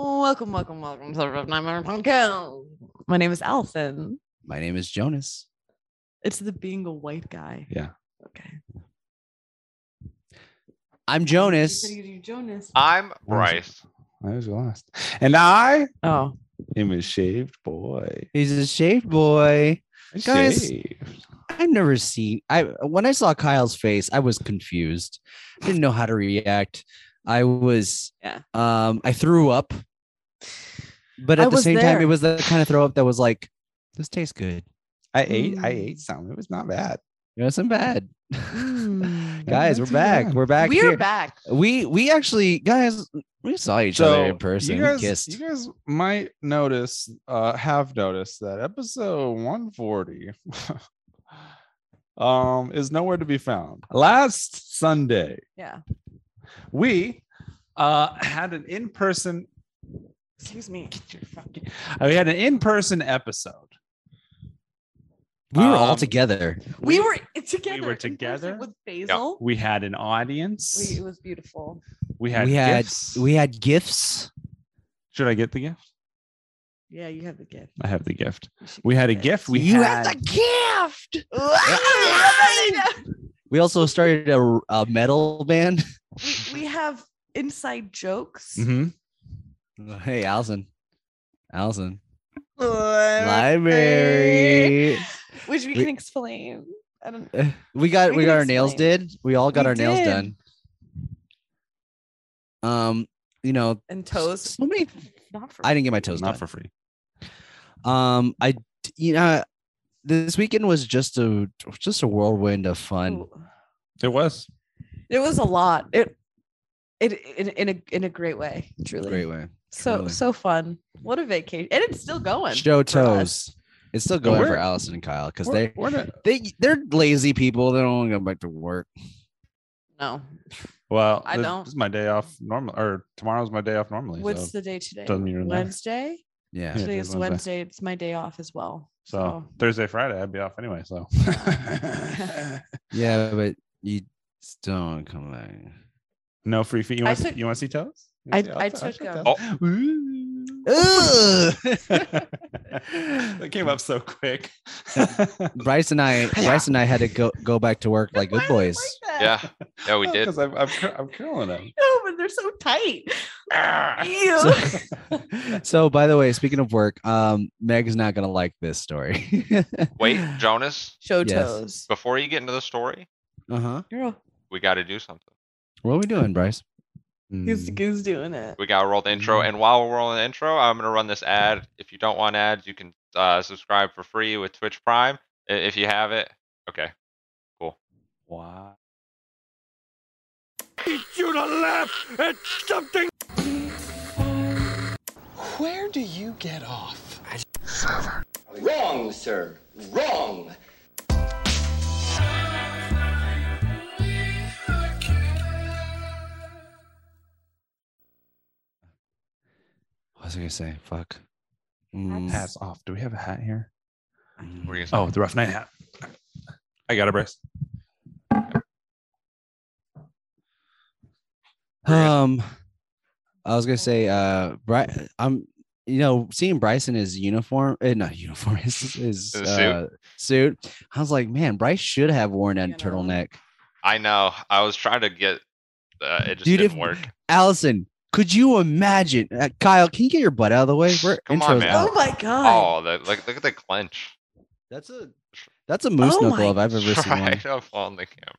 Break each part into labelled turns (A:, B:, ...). A: Welcome, welcome, welcome to the Rough Nine Minute Podcast. My name is Allison.
B: My name is Jonas.
A: It's the being a white guy.
B: Yeah.
A: Okay.
B: I'm Jonas. Uh,
A: You said you- Jonas.
C: I'm
B: What is it?
C: Bryce.
D: I was lost. And I
A: Oh,
D: am a shaved boy.
B: He's a shaved boy. Guys.
D: Shaved.
B: I've never seen I when I saw Kyle's face, I was confused. Didn't know how to react. I was
A: Yeah.
B: um I threw up. But
A: I
B: at the
A: was
B: same time,
A: there.
B: it was the kind of throw up that was like, this tastes good.
D: I ate I
A: Mm.
D: ate some. It was not bad.
B: It wasn't bad.
A: Mm.
B: guys, we're
D: that's
B: back.
D: bad.
B: We're back.
A: we are
B: here. Uh,
A: back.
B: We we actually guys we saw each other in person.
D: You
B: We
D: guys,
B: kissed.
D: you guys might notice, uh, have noticed that episode 140 um, is nowhere to be found. Last Sunday,
A: Yeah.
D: we uh, had an in person
A: Excuse me.
D: uh, we had an in person episode.
B: we were all
D: um,
B: together.
A: We, were together.
D: we were
A: in person
D: together.
A: with Basil.
D: We had an audience.
A: We, it was beautiful.
D: We had
B: we had
D: gifts.
B: we had gifts.
D: should I get the gift?
A: Yeah, you have the gift.
B: Uh,
D: I have the gift.
A: You should
D: We had a
A: get it.
D: gift. We
B: you had
D: had,
B: the gift.
A: Ah!
B: We also started a, a metal band.
A: we, we have inside jokes.
B: Mm-hmm.
D: Mhm.
B: Hey, Allison. Allison.
A: Library.
B: Library.
A: Which we
B: We-
A: can explain. I don't
B: We got
A: We
B: we,
A: can
B: got our nails
A: explain.
B: did. We all got
A: We
B: our nails
A: did.
B: done. Um, you know, s-
A: And toes.
B: So many
A: Not for
B: I didn't get my toes done.
D: not for free.
B: um, I d- you know this weekend was just a just a whirlwind of fun.
A: Ooh.
D: It was.
A: It was a lot. It it in, in a in a great way, truly.
B: Great way.
A: so
B: truly.
A: so fun. What a vacation. And it's still going.
B: Show
A: for us.
B: toes. It's still
D: But
B: going for
D: we're-
B: Allison and Kyle because
D: We're-
B: they
D: we're not-
B: they they're lazy people. They don't want to go back to work.
A: No.
D: well,
A: I
D: this-
A: don't.
D: This is my day off normal, or tomorrow's my day off normally.
A: What's
D: so,
A: the day today?
D: doesn't even matter.
A: Wednesday?
B: Yeah.
D: Yeah,
A: Today
D: it
A: is
D: is Wednesday.
A: Wednesday. It's my day off as well.
D: so Thursday, Friday, I'd be off anyway. So
B: Yeah, but you still don't come back.
D: no free fee. You
A: I
D: want,
A: took-
D: you want to see toes? You
A: I-
D: wanna see- I'll
A: I
D: t- I'll
A: took uh,
D: show
A: a-
D: toes. Ooh. that came up so quick.
B: Bryce and I, Bryce and I had to go go back to work like good boys.
C: Yeah. Yeah, we did.
D: Because I'm, I'm, cur- I'm curling them.
A: No, Oh, but they're so tight.
B: So,
A: Ew.
B: so, by the way, speaking of work, um, Meg's not gonna like this story.
C: Wait, Jonas,
A: Show
B: Yes.
A: toes.
C: before you get into the story,
B: uh huh.
A: Girl,
C: we got to do something.
B: What are we doing, Bryce?
D: Mm.
A: who's,
B: Mm.
A: who's doing it?
C: We got to roll the intro. And while we're rolling the intro, I'm going to run this ad. If you don't want ads, you can uh, subscribe for free with Twitch Prime i- if you have it. Okay.
D: Wow.
E: Where do you get off?
F: Wrong, sir. Wrong.
B: What was I gonna say? Fuck. Mm.
D: Hats off. Do we have a hat here?
C: What are you gonna
D: Oh, the rough night hat. I got a brace.
B: Um, I was gonna say, uh, Bry- I'm, you know, seeing Bryce in his uniform, eh, not uniform, his, his
C: His suit.
B: uh, suit. I was like, man, Bryce should have worn that
A: You know?
B: turtleneck.
C: I know. I was trying to get. Uh, it just
B: Dude,
C: didn't
B: if-
C: work.
B: Allison, could you imagine? Uh, Kyle, can you get your butt out of the way? We're
C: Come on,
B: intro's
C: man.
B: out.
A: Oh my god.
C: Oh, the, look, look at the clench.
B: That's a that's a moose
A: Oh my
B: knuckle if I've ever seen
C: Right
B: one.
C: up on the camera.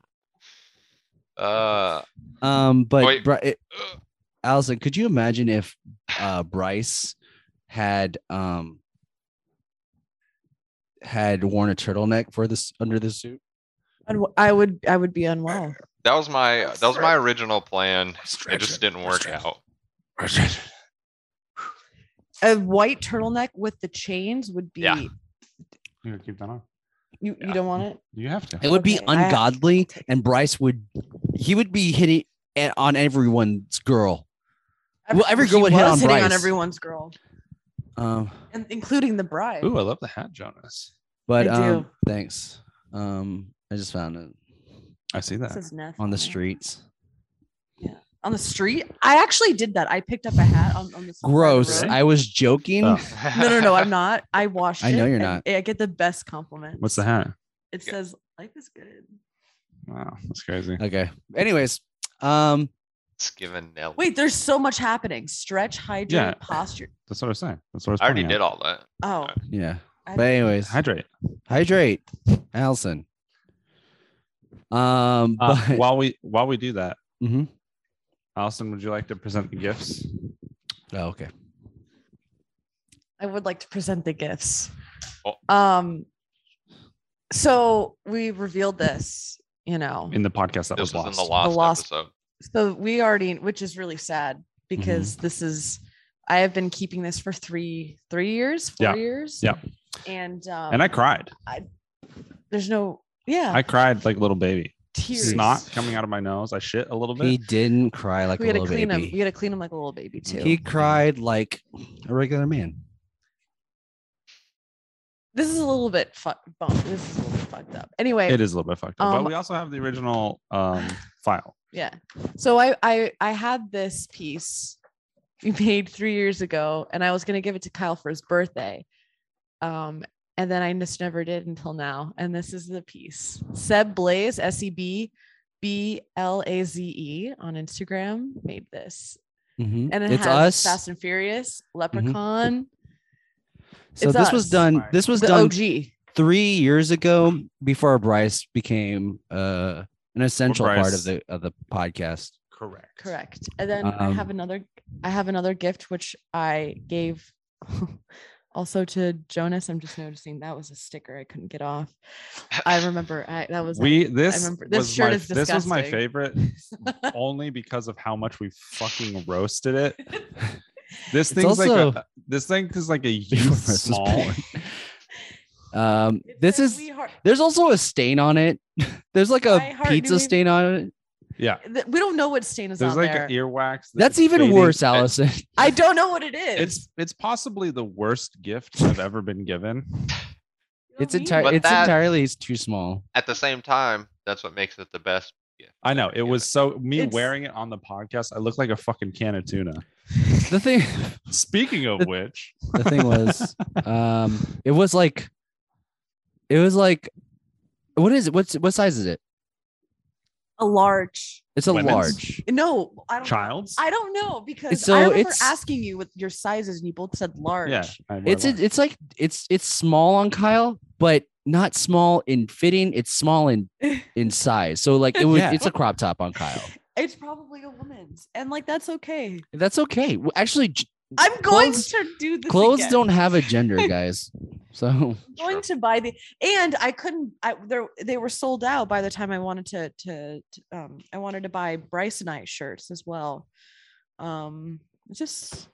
C: Uh,
B: Um, but
C: Wait.
B: Bri- eh, Allison, could you imagine if uh, Bryce had um had worn a turtleneck for this under the suit?
C: Oh.
A: Unw- I would I would be unwell.
C: that was my that was my original plan. It just didn't work out.
A: A white turtleneck with the chains would be
C: Yeah.
D: You gotta keep that on.
A: you,
C: Yeah.
A: you don't want it?
D: You have to.
B: It would be
A: Okay, I-
B: ungodly, and Bryce would he would be hitting at, on everyone's girl. Well, every girl
A: She
B: would hit
A: was
B: on
A: hitting on
B: Bryce.
A: everyone's girl,
B: Um,
A: and including the bride.
D: Ooh, I love the hat, Jonas.
B: but
A: I do.
B: um, thanks. Um, I just found it
D: I see
A: This
D: that.
A: is nothing.
B: on the streets.
A: Yeah. on the street. I actually did that. I picked up a hat on, on the side of the
B: Gross.
A: road.
B: I was joking.
D: Oh.
A: no, no, no. I'm not. I washed.
B: I know
A: it,
B: you're
A: and
B: not.
A: I get the best compliment.
D: What's the hat?
A: It
C: Yeah.
A: says life is good.
D: Wow, that's crazy.
B: Okay. Anyways, um,
C: It's given Nelly.
A: Wait, there's so much happening. Stretch, hydrate,
D: Yeah.
A: posture.
D: That's what I was saying. That's what I was
C: I already
D: pointing
C: did
D: at.
C: all that.
A: Oh,
B: yeah.
A: I
B: But anyways,
D: Hydrate.
B: hydrate, Allison. Um,
D: Uh,
B: but
D: while we while we do that,
A: Mm-hmm.
B: Mhm.
D: Allison, would you like to present the gifts?
B: oh, okay.
A: I would like to present the gifts.
C: Oh.
A: Um, so we revealed this, you know.
D: in the podcast that was
C: This was
D: lost.
C: in the lost,
A: lost-
C: episode.
A: So we already, which is really sad because
D: Mm-hmm.
A: this is, I have been keeping this for three, three years, four
D: Yeah.
A: years.
D: Yeah.
A: And um,
D: and I cried.
A: there's no, yeah,
D: I cried like a little baby.
A: tears.
D: Snot coming out of my nose. I shit a little bit.
B: He didn't cry like
A: we
B: a
A: had to
B: little
A: clean him. We
B: baby.
A: had to clean him like a little baby too.
B: He cried like a regular man.
A: this is a little bit fuck. Bump. This is a little bit fucked up. Anyway,
D: it is a little bit fucked up.
A: Um,
D: but we also have the original um, file.
A: yeah so I, I i had this piece we made three years ago and i was going to give it to kyle for his birthday um and then i just never did until now and this is the piece seb blaze seb b l a z e on instagram made this
B: Mhm.
A: and it
B: it's
A: has
B: us. Mm-hmm.
A: fast and furious leprechaun
B: so
A: it's
B: this was
A: us.
B: done. This was
A: the
B: done
A: og
B: three years ago before Bryce became uh, an essential part
D: Bryce-
B: of the of the podcast.
D: Correct.
A: correct and then i have
B: Um,
A: another i have another gift which i gave also to jonas i'm just noticing that was a sticker i couldn't get off i remember I, that was
D: We this
A: remember- this
D: was
A: shirt
D: my,
A: is
D: this was my
A: disgusting.
D: favorite only because of how much we fucking roasted it. This
B: It's
D: thing's like
B: also-
D: a, this thing is like a
B: Before this
D: youth
B: was
D: small.
B: born. Um, this is there's also a stain on it. there's like
A: I
B: a
A: heart
B: pizza
A: you.
B: stain on it.
D: Yeah,
A: we don't know what stain is
D: there's
A: on
D: like
A: there
D: earwax.
B: That's
D: is
B: even
D: fading.
B: worse,
D: It-
B: Allison.
A: i don't know what it is
D: It's it's possibly the worst gift I've ever been given.
B: It's
C: But
B: entirely it's
C: that-
B: entirely it's too small.
C: At the same time, that's what makes it the best. gift.
D: I know it was so me
A: It's-
D: wearing it on the podcast. I look like a fucking can of tuna.
B: The thing
D: Speaking of
B: The-
D: which,
B: the thing was um it was like it was like what is it? What's what size is it?
A: a large
B: It's a
D: Women's?
B: large.
A: no i don't
D: child's.
A: i don't know because
B: so
A: i remember
B: it's-
A: asking you with your sizes and you both said large
D: yeah, I wear
B: It's
D: large.
B: it's like it's it's small on Kyle, but not small in fitting. It's small in in size. So like it was
D: Yeah.
B: it's a crop top on Kyle.
A: it's probably a woman's and like that's okay
B: That's okay. W- Actually, j-
A: i'm going
B: Clothes-
A: to do this
B: clothes
A: again.
B: don't have a gender, guys. So
A: going to buy the and I couldn't I there they were sold out by the time I wanted to to, to, um I wanted to buy Brysonite shirts as well. Um it's just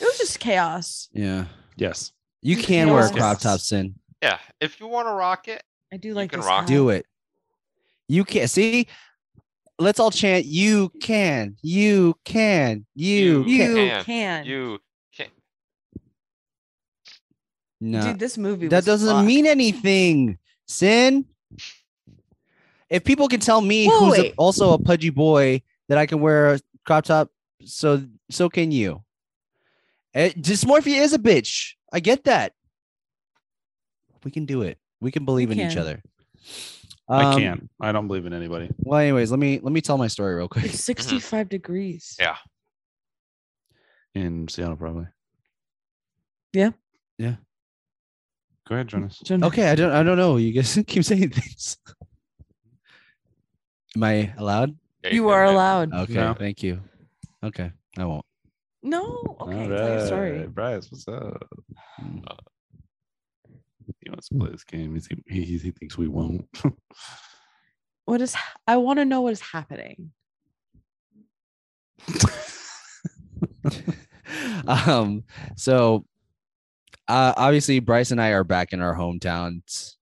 A: it was just chaos.
B: yeah,
D: yes.
B: you
A: You
B: can
A: can
B: wear
A: also-
B: crop tops in.
C: Yeah, if you want to rock it,
A: I do like
C: can
A: this
C: rock it.
B: Do it. You can see. Let's all chant. You can. You can. You.
C: You
B: can.
A: You
C: can.
A: can.
C: you can't.
B: No,
A: Dude, this movie
B: that
A: was
B: doesn't
A: fucked.
B: mean anything. Sin. If people can tell me
A: Whoa,
B: who's a-
A: wait.
B: also a pudgy boy that I can wear a crop top, so so can you. Eh, dysmorphia is a bitch. I get that. We can do it. We can believe in each
A: can.
B: other.
D: I
B: Um,
D: can't. I don't believe in anybody.
B: Well, anyways, let me let me tell my story real quick.
A: it's 65 degrees.
C: Mm-hmm. Yeah.
D: in Seattle, probably.
A: Yeah.
B: Yeah.
D: Go ahead, Jonas.
A: Jen-
B: Okay, I don't I don't know. You guys keep saying things. Am I allowed?
C: Yeah,
A: You
C: can
A: are
C: do it.
A: allowed.
B: Okay,
D: No.
B: thank you. Okay, I won't.
A: no. Okay. tell your story.
D: Bryce, what's up? Uh,
B: Mm.
D: Hmm. He wants to play this game. He's- He, he, he thinks we won't.
A: What is ha- I want to know what is happening.
B: um, so uh, obviously Bryce and I are back in our hometowns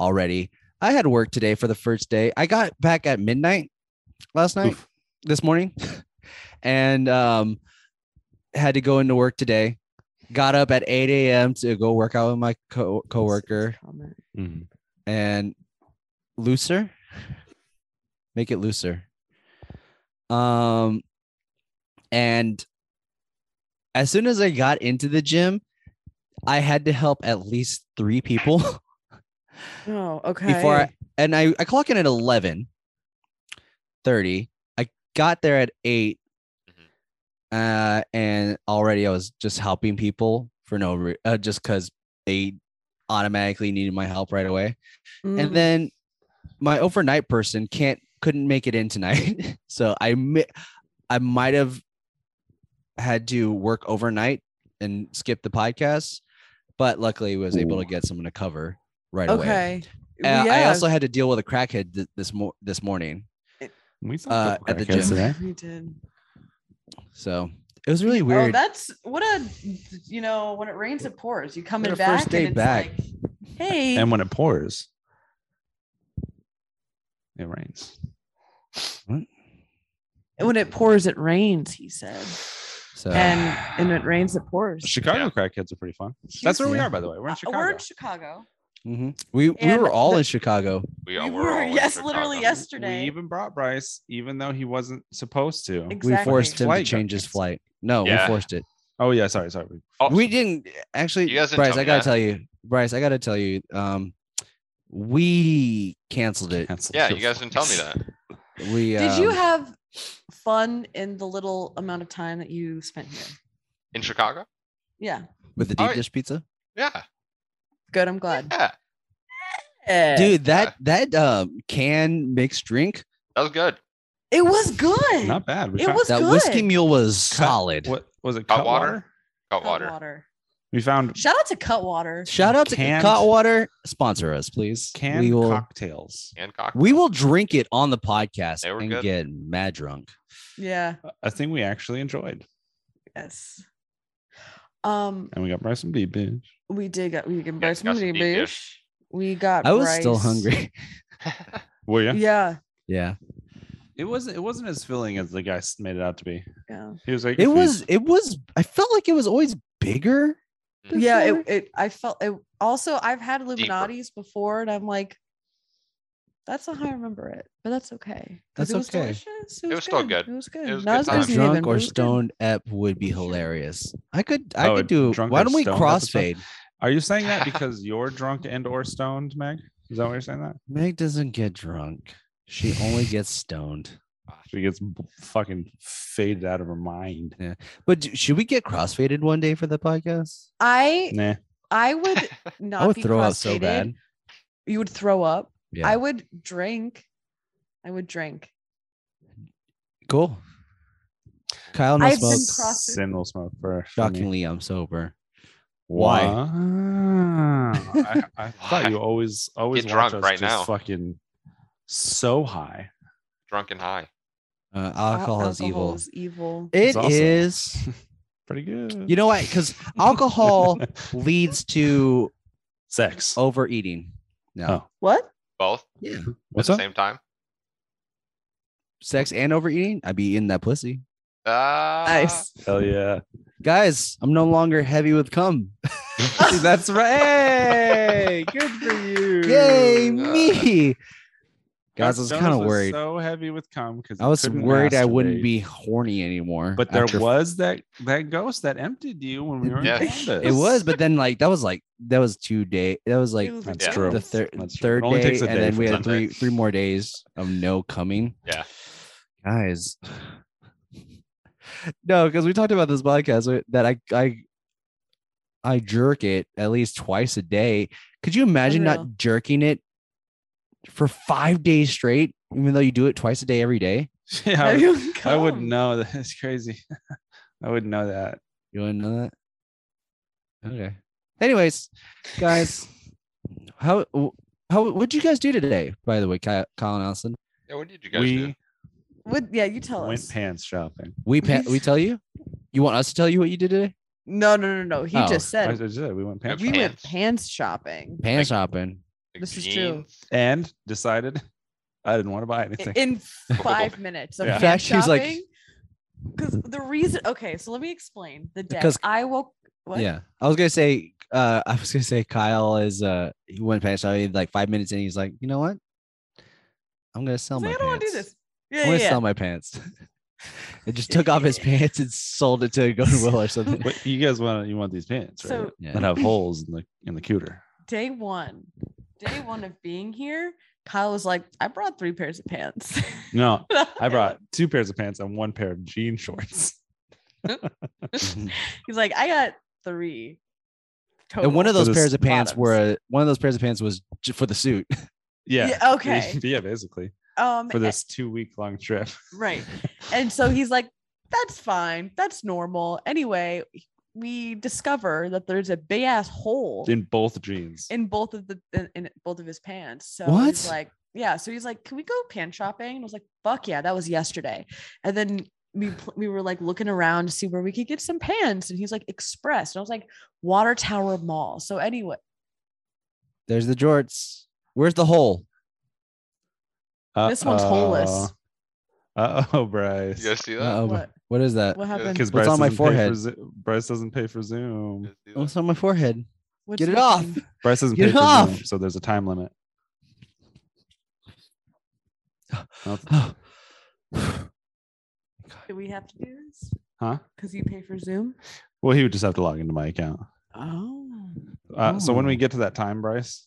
B: already. I had work today for the first day. I got back at midnight last night,
D: Oof.
B: this morning, and um, had to go into work today. Got up at 8 a.m. to go work out with my co- coworker
A: Comment.
D: Mhm.
B: and looser. Make it looser. Um, and as soon as I got into the gym, I had to help at least three people
A: Oh, okay.
B: before I and I, I clock in at eleven thirty. I got there at 8. Uh, and already I was just helping people for no re- uh, just because they automatically needed my help right away
A: Mm.
B: and then my overnight person can't couldn't make it in tonight so i mi- i might have had to work overnight and skip the podcast but luckily was able to get someone to cover right away
A: okay.
B: Uh, i
A: Yeah.
B: also had to deal with a crackhead th- this mo- this morning
D: We
B: Uh,
D: saw
B: at the gym.
D: crackheads today.
A: We did.
B: so it was really weird
A: Oh, that's what a you know when it rains it pours. You coming
B: What a
A: back?
B: first day
A: and it's
B: back.
A: like, hey,
D: And when it pours, it rains.
A: when it pours, it rains. He said,
B: so
A: and and it rains, it pours.
D: Chicago
C: Yeah.
D: crackheads are pretty fun. That's where we
B: Yeah.
D: are, by the way. We're in
A: Uh,
D: Chicago.
A: We're in Chicago.
B: mhm. we, we
A: and
B: were all
A: the-
B: in chicago
C: We are.
A: We
C: we're
A: were,
C: all in
A: yes, literally yes.
C: Chicago.
D: We
A: yesterday.
D: even brought Bryce, even though he wasn't supposed to.
B: we forced him
D: Flight
B: to
D: got
B: change his
D: canceled.
B: flight no
C: Yeah.
B: we forced it
D: Oh yeah, sorry, sorry.
C: Oh,
B: we didn't actually
C: You guys didn't
B: bryce
C: tell
B: i
C: me
B: gotta
C: that.
B: tell you bryce i gotta tell you um we canceled it
D: Canceled
C: yeah,
D: your
C: you guys didn't tell me
D: flights.
C: that.
B: we
A: Did you
B: um,
A: have fun in the little amount of time that you spent here?
C: In Chicago?
A: Yeah,
B: with the
C: Oh,
B: deep dish pizza
C: Yeah.
A: good. I'm glad.
C: Yeah.
A: Eh.
B: dude that that um can mixed drink
C: That was good.
A: it was good.
D: Not bad. We
A: It
D: found-
A: was
B: that
A: good.
B: whiskey mule was
D: Cut-
B: solid
D: what was it?
C: Hot
D: Cutwater.
C: water? Got water.
A: Cutwater.
D: We found
A: Shout out to Cutwater.
B: shout out to
D: Canned-
B: cotwater sponsor us please
D: canned
B: we will
D: cocktails.
C: And cocktail.
B: we will drink it on the podcast
C: They were
B: and
C: good.
B: get mad drunk
A: Yeah.
D: A thing we actually enjoyed,
A: Yes. Um,
D: and we got Bryce some deep bitch.
A: we did get we got
C: Yeah,
A: Bryce
C: got some deep
A: Moody
C: dish.
A: Boosh. We got.
B: i was still
A: Bryce.
B: hungry
D: Were
A: Yeah.
D: you?
A: yeah.
B: yeah
D: It wasn't. It wasn't as filling as the guy s- made it out to be.
A: Yeah.
D: He was like,
B: it was it was i felt like it was always bigger before.
A: It, it. I felt it. Also, I've had Illuminati's before, and I'm like, that's not how I remember it, but that's okay. 'cause
B: That's
A: it was
B: okay.
A: Delicious. It, was
C: was still good.
A: It was good.
C: was
A: Not
C: good
A: as
C: time.
A: good as New
B: Uh, drunk
A: Haven, but it
B: or
A: was good.
B: stoned ep would be
A: Sure.
B: hilarious. I could I
D: Oh,
B: could
D: a
B: do
D: drunk
B: why
D: or
B: don't we
D: stoned episode?
B: crossfade?
D: Are you saying that because you're drunk and or stoned, Meg? Is that why you're saying that?
B: Meg doesn't get drunk. She only gets stoned.
D: She gets b- fucking faded out of her mind.
B: But do- should we get crossfaded one day for the podcast?
A: I
D: Nah.
A: I would not.
B: I would
A: be
B: throw up so
A: cross-faded.
B: bad.
A: You would throw up.
B: Yeah.
A: I would drink. I would drink.
B: cool. Kyle no
A: I've been
B: smokes.
A: cross- crossfaded.
D: Sin will smoke first.
B: Shockingly, I'm sober.
D: Why?
B: Why?
D: I, I thought you always always
C: Get
D: watch
C: drunk
D: us
C: right
D: just
C: now.
D: Fucking so high.
C: Drunk and high.
B: Uh,
A: Al-
B: alcohol, is
A: alcohol
B: evil.
A: Is evil.
B: It
D: It's awesome.
B: is.
D: Pretty good.
B: You know what? Because alcohol leads to Oh.
D: sex.
B: overeating. No,
D: Oh.
A: What?
C: Both
D: What's
C: at
D: up?
C: the same time.
B: sex and overeating. I'd be eating that pussy.
C: Uh,
A: Nice.
D: Hell yeah.
B: guys, I'm no longer heavy with cum.
D: That's right. Good for you.
B: Yay,
D: uh,
B: me. Guys, I was
D: Jonas
B: kind of worried.
D: So heavy with cum because
B: I was worried I wouldn't be horny anymore.
D: But there
B: after-
D: was that that ghost that emptied you when we were in
C: Yes.
D: Columbus.
B: It was, but then like that was like that was two day. That was like
A: It was
D: That's
A: gross.
D: true.
B: the third
D: That's true.
B: third
D: It only
B: day,
D: takes a
B: and
D: day
B: then
D: for
B: we had
C: Sunday.
B: three three more days of no coming.
C: Yeah.
B: guys. No, because we talked about this podcast uh, that I I I jerk it at least twice a day. Could you imagine
A: Unreal.
B: not jerking it for five days straight, even though you do it twice a day every day?
D: yeah,
A: Heavy
D: I,
A: with
D: I would
A: cum.
D: know that. It's crazy. I would know that.
B: You want to know that? Okay. Anyways, guys, how w- how what'd you guys do today? By the way, Kyle, Colin Allison,
C: Yeah, what did you guys do?
D: We
A: Would yeah, you tell
D: went
A: us.
D: pants shopping.
B: we pa- we tell you. You want us to tell you what you did today?
A: No, no, no, no. He
B: Oh,
A: just
D: I
A: said
D: just said we went pants
A: we
D: shopping
A: went
C: Pants.
A: pants shopping
B: Pants
C: Like-
B: shopping.
C: The
A: This is true.
C: jeans.
D: and decided I didn't want to buy anything.
A: in five minutes of
D: Yeah.
A: yeah.
D: In
B: fact, she was like-
A: because the reason. Okay, so let me explain the day
B: 'Cause-
A: I woke. What?
B: Yeah, I was gonna say. Uh, I was gonna say Kyle is. Uh, he went pants shopping like five minutes, and he's like, you know what? I'm gonna
A: I
B: sell
A: was
B: my
A: like, I
B: pants.
A: don't want to do this.
B: I'm
A: Yeah,
B: gonna
A: yeah.
B: sell my pants. and just took off his pants and sold it to Goodwill or something.
D: Wait, you guys want you want these pants, right?
A: So-
B: Yeah.
D: that have holes in the in the cooter.
A: Day one, day one of being here, Kyle was like, I brought three pairs of pants.
D: No, I brought two pairs of pants and one pair of jean shorts.
A: He's like, I got three.
B: and one of
A: total."
B: those
D: For the
B: pairs of pants
A: bottoms.
B: were one of those pairs of pants was j- for the suit.
D: Yeah.
A: Yeah, okay.
D: yeah, basically
A: um
D: for this two week long trip.
A: Right. And so he's like, that's fine. That's normal. Anyway, we discover that there's a big ass hole in,
D: in both jeans.
A: both of the in, in both of his pants. So
B: What?
A: he's like, yeah. So he's like, can we go pant shopping? And I was like, fuck yeah, that was yesterday. And then we pl- we were like looking around to see where we could get some pants. And he's like, Express. And I was like, Water Tower Mall. So anyway,
B: There's the jorts. Where's the hole?
D: Uh,
A: this one's holeless.
D: Uh oh, Bryce.
C: You guys see that?
B: Uh,
A: What?
B: what is that?
A: What happened?
D: because
B: What's
D: Bryce
B: on my
D: doesn't pay for
B: forehead?
D: Zo- Bryce doesn't pay for
C: You
D: Zoom.
C: guys see that?
B: What's on my forehead?
A: What's
B: Get it off.
A: happening?
D: Bryce doesn't
B: Get
D: pay for
B: off!
D: Zoom, so there's a time limit.
B: Mm-hmm.
A: Do we have to do this?
D: Huh?
A: Because you pay for Zoom.
D: Well, he would just have to log into my account.
A: Oh.
D: Uh, So when
B: Oh.
D: we get to that time, Bryce,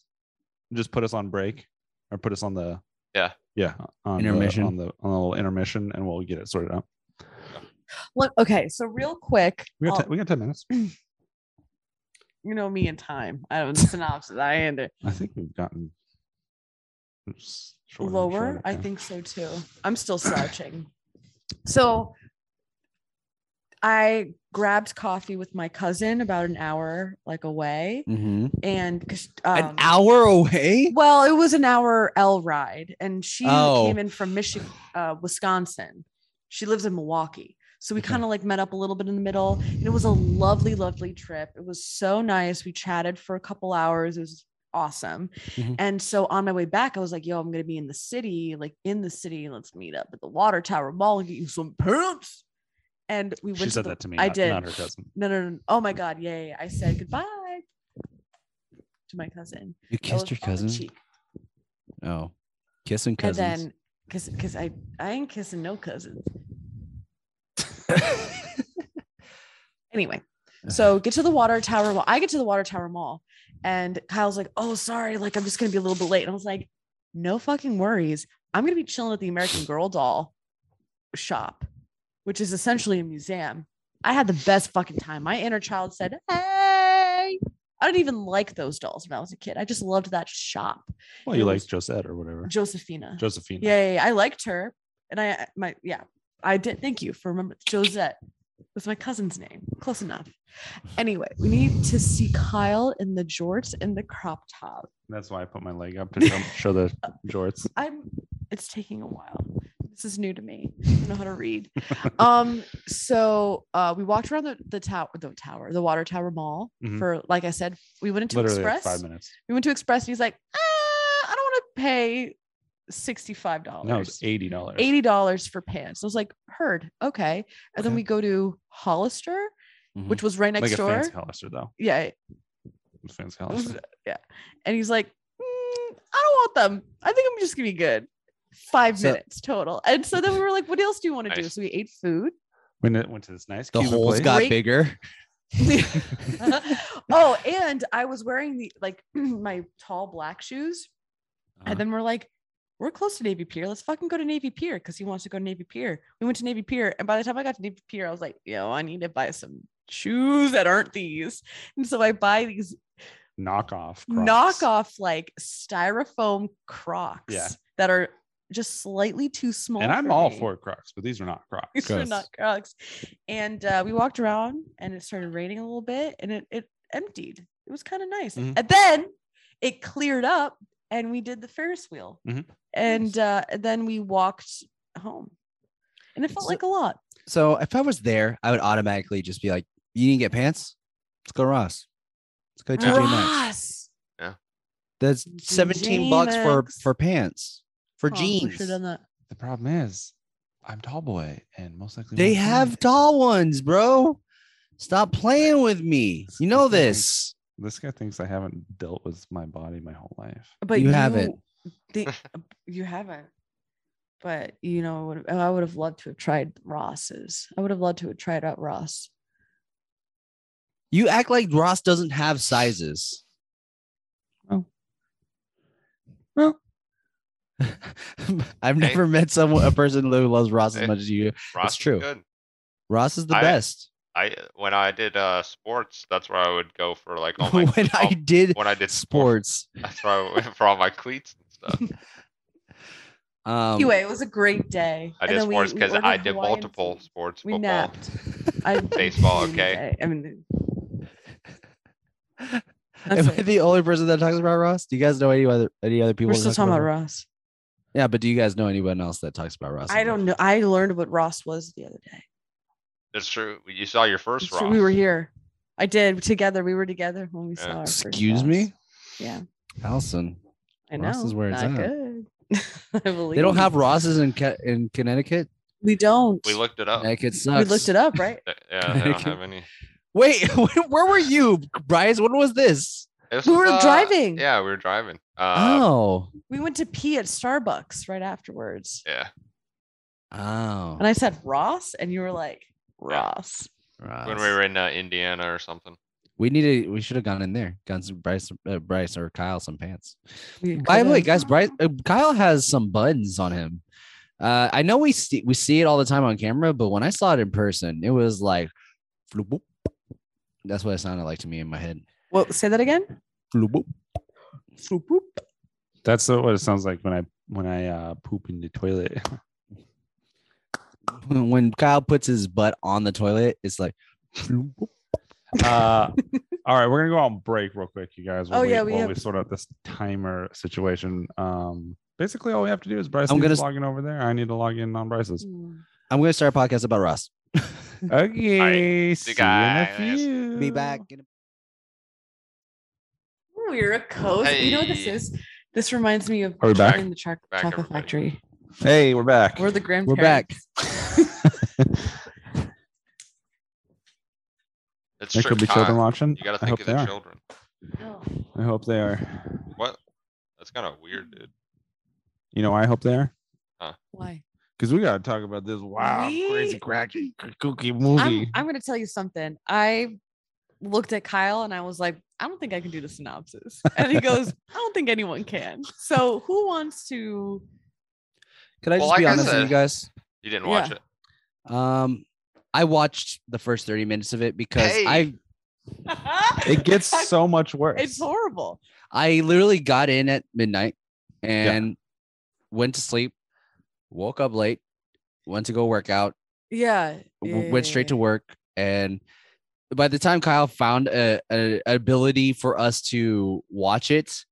D: just put us on break or put us on the
C: Yeah.
D: yeah on the-
B: Intermission.
D: on the on a little intermission, and we'll get it sorted out.
A: Look, okay, so real quick,
D: We got
A: I'll-
D: ten, we got ten minutes.
A: you know me and time. I don't synopsis. I end it
D: I think we've gotten s- shorter and
A: lower.
D: shorter,
A: I
D: yeah.
A: think so too. I'm still slouching. So I grabbed coffee with my cousin about an hour like away,
B: Mhm.
A: and 'cause,
B: An
A: um,
B: hour away?
A: Well, it was an hour L ride, and she
B: Oh.
A: came in from Michigan, uh, Wisconsin. She lives in Milwaukee, so we
B: Okay.
A: kind of like met up a little bit in the middle. And it was a lovely, lovely trip. It was so nice. We chatted for a couple hours. It was awesome.
B: Mhm.
A: And so on my way back, I was like, "Yo, I'm gonna be in the city, like in the city. Let's meet up at the Water Tower Mall and get you some pumps." And we went.
D: she
A: to
D: said
A: the-
D: that to me.
A: I
D: not-
A: did.
D: Not her cousin.
A: No, no, no. Oh my god, yeah, yeah, yeah. I said goodbye to my cousin.
B: You
A: I
B: kissed
A: was
B: your
A: on the
B: cousin?
A: cheek.
B: Oh, kissing cousins.
A: And then, cause, cause I, I ain't kissing no cousins. anyway, so get to the water tower mall. I get to the water tower mall, and Kyle's like, "Oh, sorry, like I'm just gonna be a little bit late." And I was like, "No fucking worries. I'm gonna be chilling at the American Girl doll shop, which is essentially a museum." I had the best fucking time. My inner child said, "Hey." I didn't even like those dolls when I was a kid. I just loved that shop,
D: Well,
A: It
D: you
A: was-
D: like Josette or whatever.
A: Josephina.
D: Josephine.
A: Yeah, yeah, yeah, I liked her, and I my yeah, I did. Thank you for remember Josette was my cousin's name. Close enough. Anyway, we need to see Kyle in the jorts and the crop top.
D: That's why I put my leg up to show, show the
A: Uh,
D: jorts.
A: I'm. It's taking a while. This is new to me. I don't know how to read. um. So, uh, we walked around the the tower, the tower, the water tower mall
D: Mhm.
A: for like I said, we went into
D: Literally like
A: Express.
D: five minutes.
A: we went to Express, and he's like, ah, I don't want to pay sixty five dollars.
D: No, it's eighty dollars.
A: eighty dollars for pants. I was like, heard, okay. And then we
D: Okay. Mm-hmm.
A: go to Hollister,
B: Mhm.
A: which was right next
D: like a
A: door.
D: fancy Hollister though.
A: yeah,
D: A Fancy
A: it was-
D: Hollister.
A: yeah. And he's like, "Mm, I don't want them. I think I'm just gonna be good. Five
B: So-
A: minutes total. And so then we were like, what else do you want to do?
C: Nice.
A: So we ate food.
D: When it went to this nice
B: the
D: Cuban
B: holes
D: place.
B: got
A: Great-
B: bigger.
A: oh, and I was wearing the like my tall black shoes.
B: Uh-huh.
A: And then we're like, we're close to Navy Pier. Let's fucking go to Navy Pier because he wants to go to Navy Pier. We went to Navy Pier. And by the time I got to Navy Pier, I was like, yo, I need to buy some shoes that aren't these. And so I buy these
D: knockoff. Crocs.
A: knockoff like styrofoam crocs
D: Yeah.
A: that are just slightly too small.
D: And I'm all
A: me.
D: for Crocs, but these are not Crocs.
A: These are not Crocs. And uh, we walked around and it started raining a little bit and it, it emptied. It was kind of nice.
B: Mm-hmm.
D: Mhm.
A: And then it cleared up and we did the Ferris wheel.
D: Mhm.
B: Mm-hmm.
A: And uh, then we walked home. And it felt
B: So-
A: like a lot.
B: so if I was there, I would automatically just be like, "You didn't get pants? Let's go to Ross. Let's go to TJ
A: Ah,
B: Maxx.
A: Ross!
B: That's seventeen bucks for
A: Maxx.
B: for pants, for
A: Oh, we
B: jeans.
A: should've done that.
D: The problem is, I'm tall boy, and most likely
B: They
D: won't fit.
B: have tall ones, bro. Stop playing with me. You know this.
D: This guy thinks I haven't dealt with my body my whole life.
A: But
B: You haven't.
A: thi- you haven't. but you know, I would- I would have loved to have tried Ross's. I would have loved to have tried out Ross.
B: You act like Ross doesn't have sizes.
D: Oh. Well.
B: I've never met someone a person who loves Ross as
C: Hey.
B: much as you.
C: Ross is
B: true.
C: Good.
B: Ross is the
C: I-
B: best.
C: I when I did uh sports, that's where I would go for like all oh my
B: when I
C: all-
B: did
C: when I did sports,
B: sports,
C: that's where I went for all my cleats and stuff.
B: um,
A: anyway, it was a great day.
C: I
A: And
C: did
A: then we-
C: sports
A: we
C: because
A: ordered
C: I did
A: Hawaiian
C: multiple
A: food.
C: sports.
A: We
C: football.
A: napped. I
C: Baseball, okay?
A: I mean,
B: am I
A: it.
B: the only person that talks about Ross? Do you guys know any other any other people?
A: we're
B: that
A: still
B: talk
A: talking about
B: Ross?
A: Ross.
B: Yeah, but do you guys know anyone else that talks about Ross?
A: I don't know. I learned what Ross was the other day.
C: That's true. You saw your first
A: It's true,
C: Ross.
A: We were here. I did together. We were together when we
C: Yeah.
A: saw. Our first
B: Excuse
A: Ross.
B: me,
A: Yeah,
B: Allison.
A: I know.
B: Ross is where it's
A: Not
B: at.
A: good. I believe
B: They don't
A: you.
B: have Rosses in Ca- in Connecticut.
A: We don't.
C: We looked it up.
B: Connecticut
A: We
B: sucks.
A: looked it up, right?
C: Th- Yeah, they don't
B: Okay.
C: have any.
B: Wait, where were you, Bryce? When was this?
C: This
A: We
C: was,
A: were
C: uh,
A: driving.
C: Yeah, we were driving. Uh,
B: Oh,
A: We went to pee at Starbucks right afterwards,
C: yeah.
B: oh.
A: and I said Ross, and you were like Ross.
B: Ross.
C: When we were in uh, Indiana or something.
B: we needed. We should have gone in there, gotten some Bryce, uh, Bryce or Kyle some pants.
A: You
B: By the way,
A: could've-
B: guys, Bryce, uh, Kyle has some buttons on him. Uh, I know we see we see it all the time on camera, but when I saw it in person, it was like, floop-boop. that's what it sounded like to me in my head.
A: Well, say that again.
B: Floop-boop.
D: That's what it sounds like when I when I uh, poop in the toilet.
B: When Kyle puts his butt on the toilet, it's like, floop-boop.
D: Uh, all right, we're gonna go on break real quick, you guys. while
A: Oh, yeah, we
D: while
A: have-
D: we sort out this timer situation. Um, basically, all we have to do is Bryce.
B: I'm
D: I'm
B: gonna
D: gonna
B: s-
D: log in over there. I need to log in on Bryce's.
B: I'm gonna start a podcast about Ross.
D: Okay, see
C: see you
D: you in a
C: guys.
D: few.
B: Be back. in a-
A: Oh, you're a coach. You know what this
C: Hey.
A: is? This reminds me of
D: Are we back?
A: in the Choc-
C: Back,
A: chocolate
C: everybody.
A: factory.
D: Hey, we're back.
A: We're the grandparents.
B: We're back.
C: It's
D: There
C: true.
D: could be children
C: Kyle,
D: watching.
C: You got to
D: I
C: think
D: hope
C: of
D: they
C: the
D: are.
C: children.
A: Oh,
D: I hope they are.
C: What? That's kind of weird, dude.
D: You know, why I hope they are
A: Why?
D: because we gotta talk about this wild,
A: We-
D: crazy, cracky, kooky movie.
A: I'm, I'm going to tell you something. I looked at Kyle and I was like, I don't think I can do the synopsis. And he goes, I don't think anyone can. So who wants to?
B: Could I just
C: Well,
B: be
C: like I
B: honest with
C: said-
B: you guys?
C: You didn't watch
A: Yeah.
C: it.
B: Um, I watched the first 30 minutes of it because
C: Hey.
B: I
D: it gets so much worse.
A: It's horrible.
B: I literally got in at midnight and went to sleep, woke up late, went to go work out,
A: Yeah.
B: w- went straight to work, and by the time Kyle found a, a ability for us to watch it,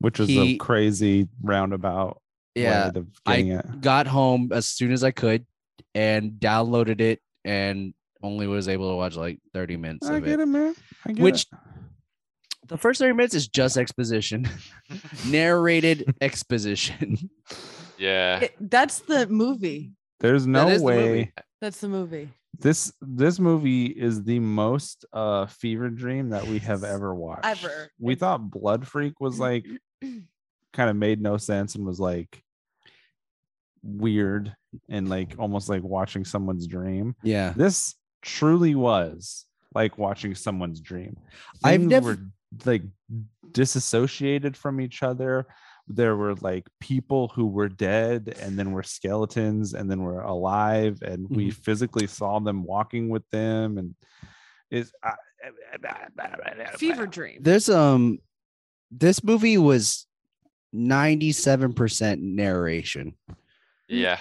D: which was
B: He-
D: a crazy roundabout
B: yeah,
D: way of
B: I-
D: getting it.
B: got home as soon as I could and downloaded it and only was able to watch like 30 minutes
D: I
B: of
D: get
B: it.
D: it, man. I get
B: Which-
D: it.
B: The first 30 minutes is just exposition, narrated exposition.
C: Yeah.
A: It- that's the movie.
D: there's no
B: is the movie.
D: way
A: That's the movie.
D: this this movie is the most uh fever dream that we have
A: Yes.
D: ever watched.
A: Ever.
D: We thought Blood Freak was like kind of made no sense and was like weird and like almost like watching someone's dream.
B: Yeah.
D: This truly was like watching someone's dream.
B: I've
D: Things
B: never-
D: were like disassociated from each other. There were like people who were dead and then were skeletons and then were alive and we physically saw them walking with them and is
A: Fever Dream.
B: there's um this movie was 97% narration
C: Yeah.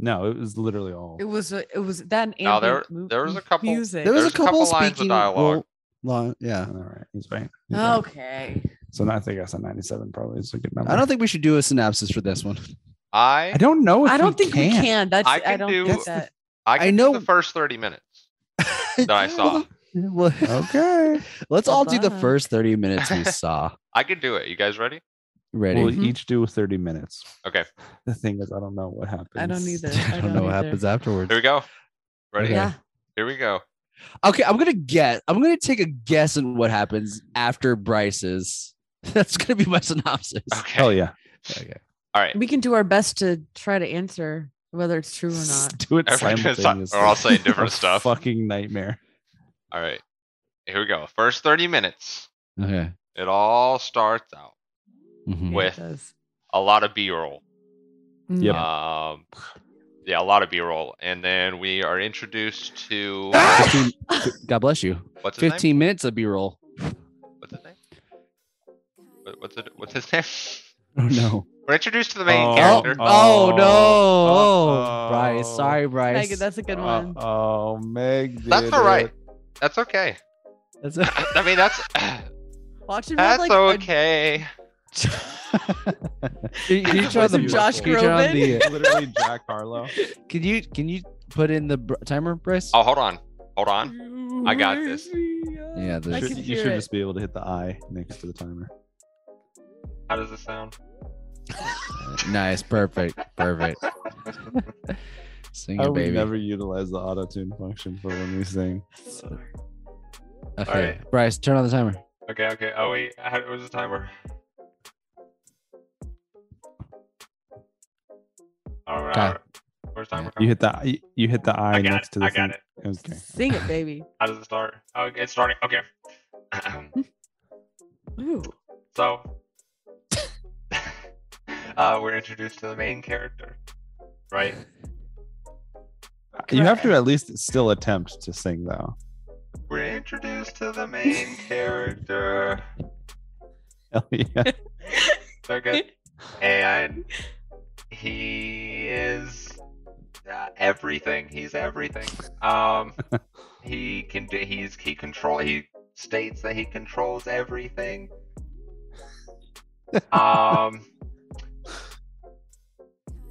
D: No, it was literally all
A: it was a- it was that and
C: No, there-
A: ambient mu-
C: there was a couple-
A: music.
B: there was
C: There's
B: a couple,
C: couple lines of
B: speaking
C: dialogue.
B: well, long- yeah
D: all right. He's right.
A: Oh.
D: He's right.
A: Okay.
D: So now I think I saw 97 probably is a good number.
B: i don't think we should do a synopsis for this one
C: I
D: I don't know if
A: I don't think we can. That's
C: I
A: I,
C: can
A: don't
C: do-
A: think
C: That's
A: that.
C: I,
B: I
C: can do
B: know-
C: the first 30 minutes that I saw.
B: Well,
D: Okay.
B: let's all do the
A: Bye-bye.
B: first 30 minutes we saw
C: I can do it. You guys ready?
B: ready
D: We'll
A: Mhm.
D: each do 30 minutes.
C: Okay.
D: The thing is, I don't know what happens.
A: I don't either.
B: I, don't know what happens afterwards
C: Here we go. Ready?
D: Okay.
A: Yeah.
C: Here we go.
B: okay i'm gonna guess i'm gonna take a guess at what happens after bryce's that's gonna be my synopsis
C: Okay.
D: Hell yeah.
B: okay
C: All right.
A: We can do our best to try to answer whether it's true or not.
D: Do it
C: Every- it's not-
D: simultaneously.
C: we're all saying different
D: A
C: stuff.
D: Fucking nightmare.
C: All right. Here we go. First 30 minutes.
B: Okay.
C: It all starts out
B: Mhm.
C: With-
A: It does.
C: a lot of B roll.
A: Mm.
D: Yep.
C: Um, yeah, a lot of B roll. And then we are introduced to
B: 15 God bless you.
C: what's his name?
B: 15 minutes of B-roll.
C: What's his name? What- What's, it, what's his name?
B: Oh no.
C: We're introduced to the main
D: Oh,
B: Oh,
C: character.
B: oh, no. Oh,
D: Uh-oh.
B: Bryce. Sorry, Bryce.
A: Megan, that's a
C: Uh,
A: good one.
D: Oh, Meg.
C: That's
D: did
C: all right.
D: it.
C: That's okay.
B: That's
C: I mean, that's
A: Watch him have like
C: that's
A: a,
C: okay.
B: you, you try
D: What's
B: the
D: it,
A: Josh
B: can you turn on
A: Groban?
B: the-
D: Literally Jack Harlow.
B: can you can you put in the br- timer, Bryce?
C: Oh, hold on, hold on.
A: Mm-hmm.
C: I got this.
B: Yeah,
A: I
B: the-
A: can
D: Should- you
A: hear
D: should
A: it.
D: just be able to hit the I next to the timer.
C: How does this sound?
B: nice, perfect, perfect. Sing
D: I
B: it,
D: would
B: baby.
D: never utilize the auto tune function for when we sing.
B: okay, Bryce, turn on the timer.
C: Okay, okay. Oh wait, how, where's the timer? All
B: Okay.
C: Where's
B: timer
D: You hit the you- you hit the I, next to the thing. Okay.
A: Sing it, baby.
C: How does it start? Oh, it's starting. Okay.
A: Ooh.
C: so, uh, we're introduced to the main character, right?
D: You have to at least still attempt to sing though.
C: We're introduced to the main character.
D: Hell yeah.
C: So good. and he is uh, everything. He's everything. Um, he can do. He's he control. He states that he controls everything. Um.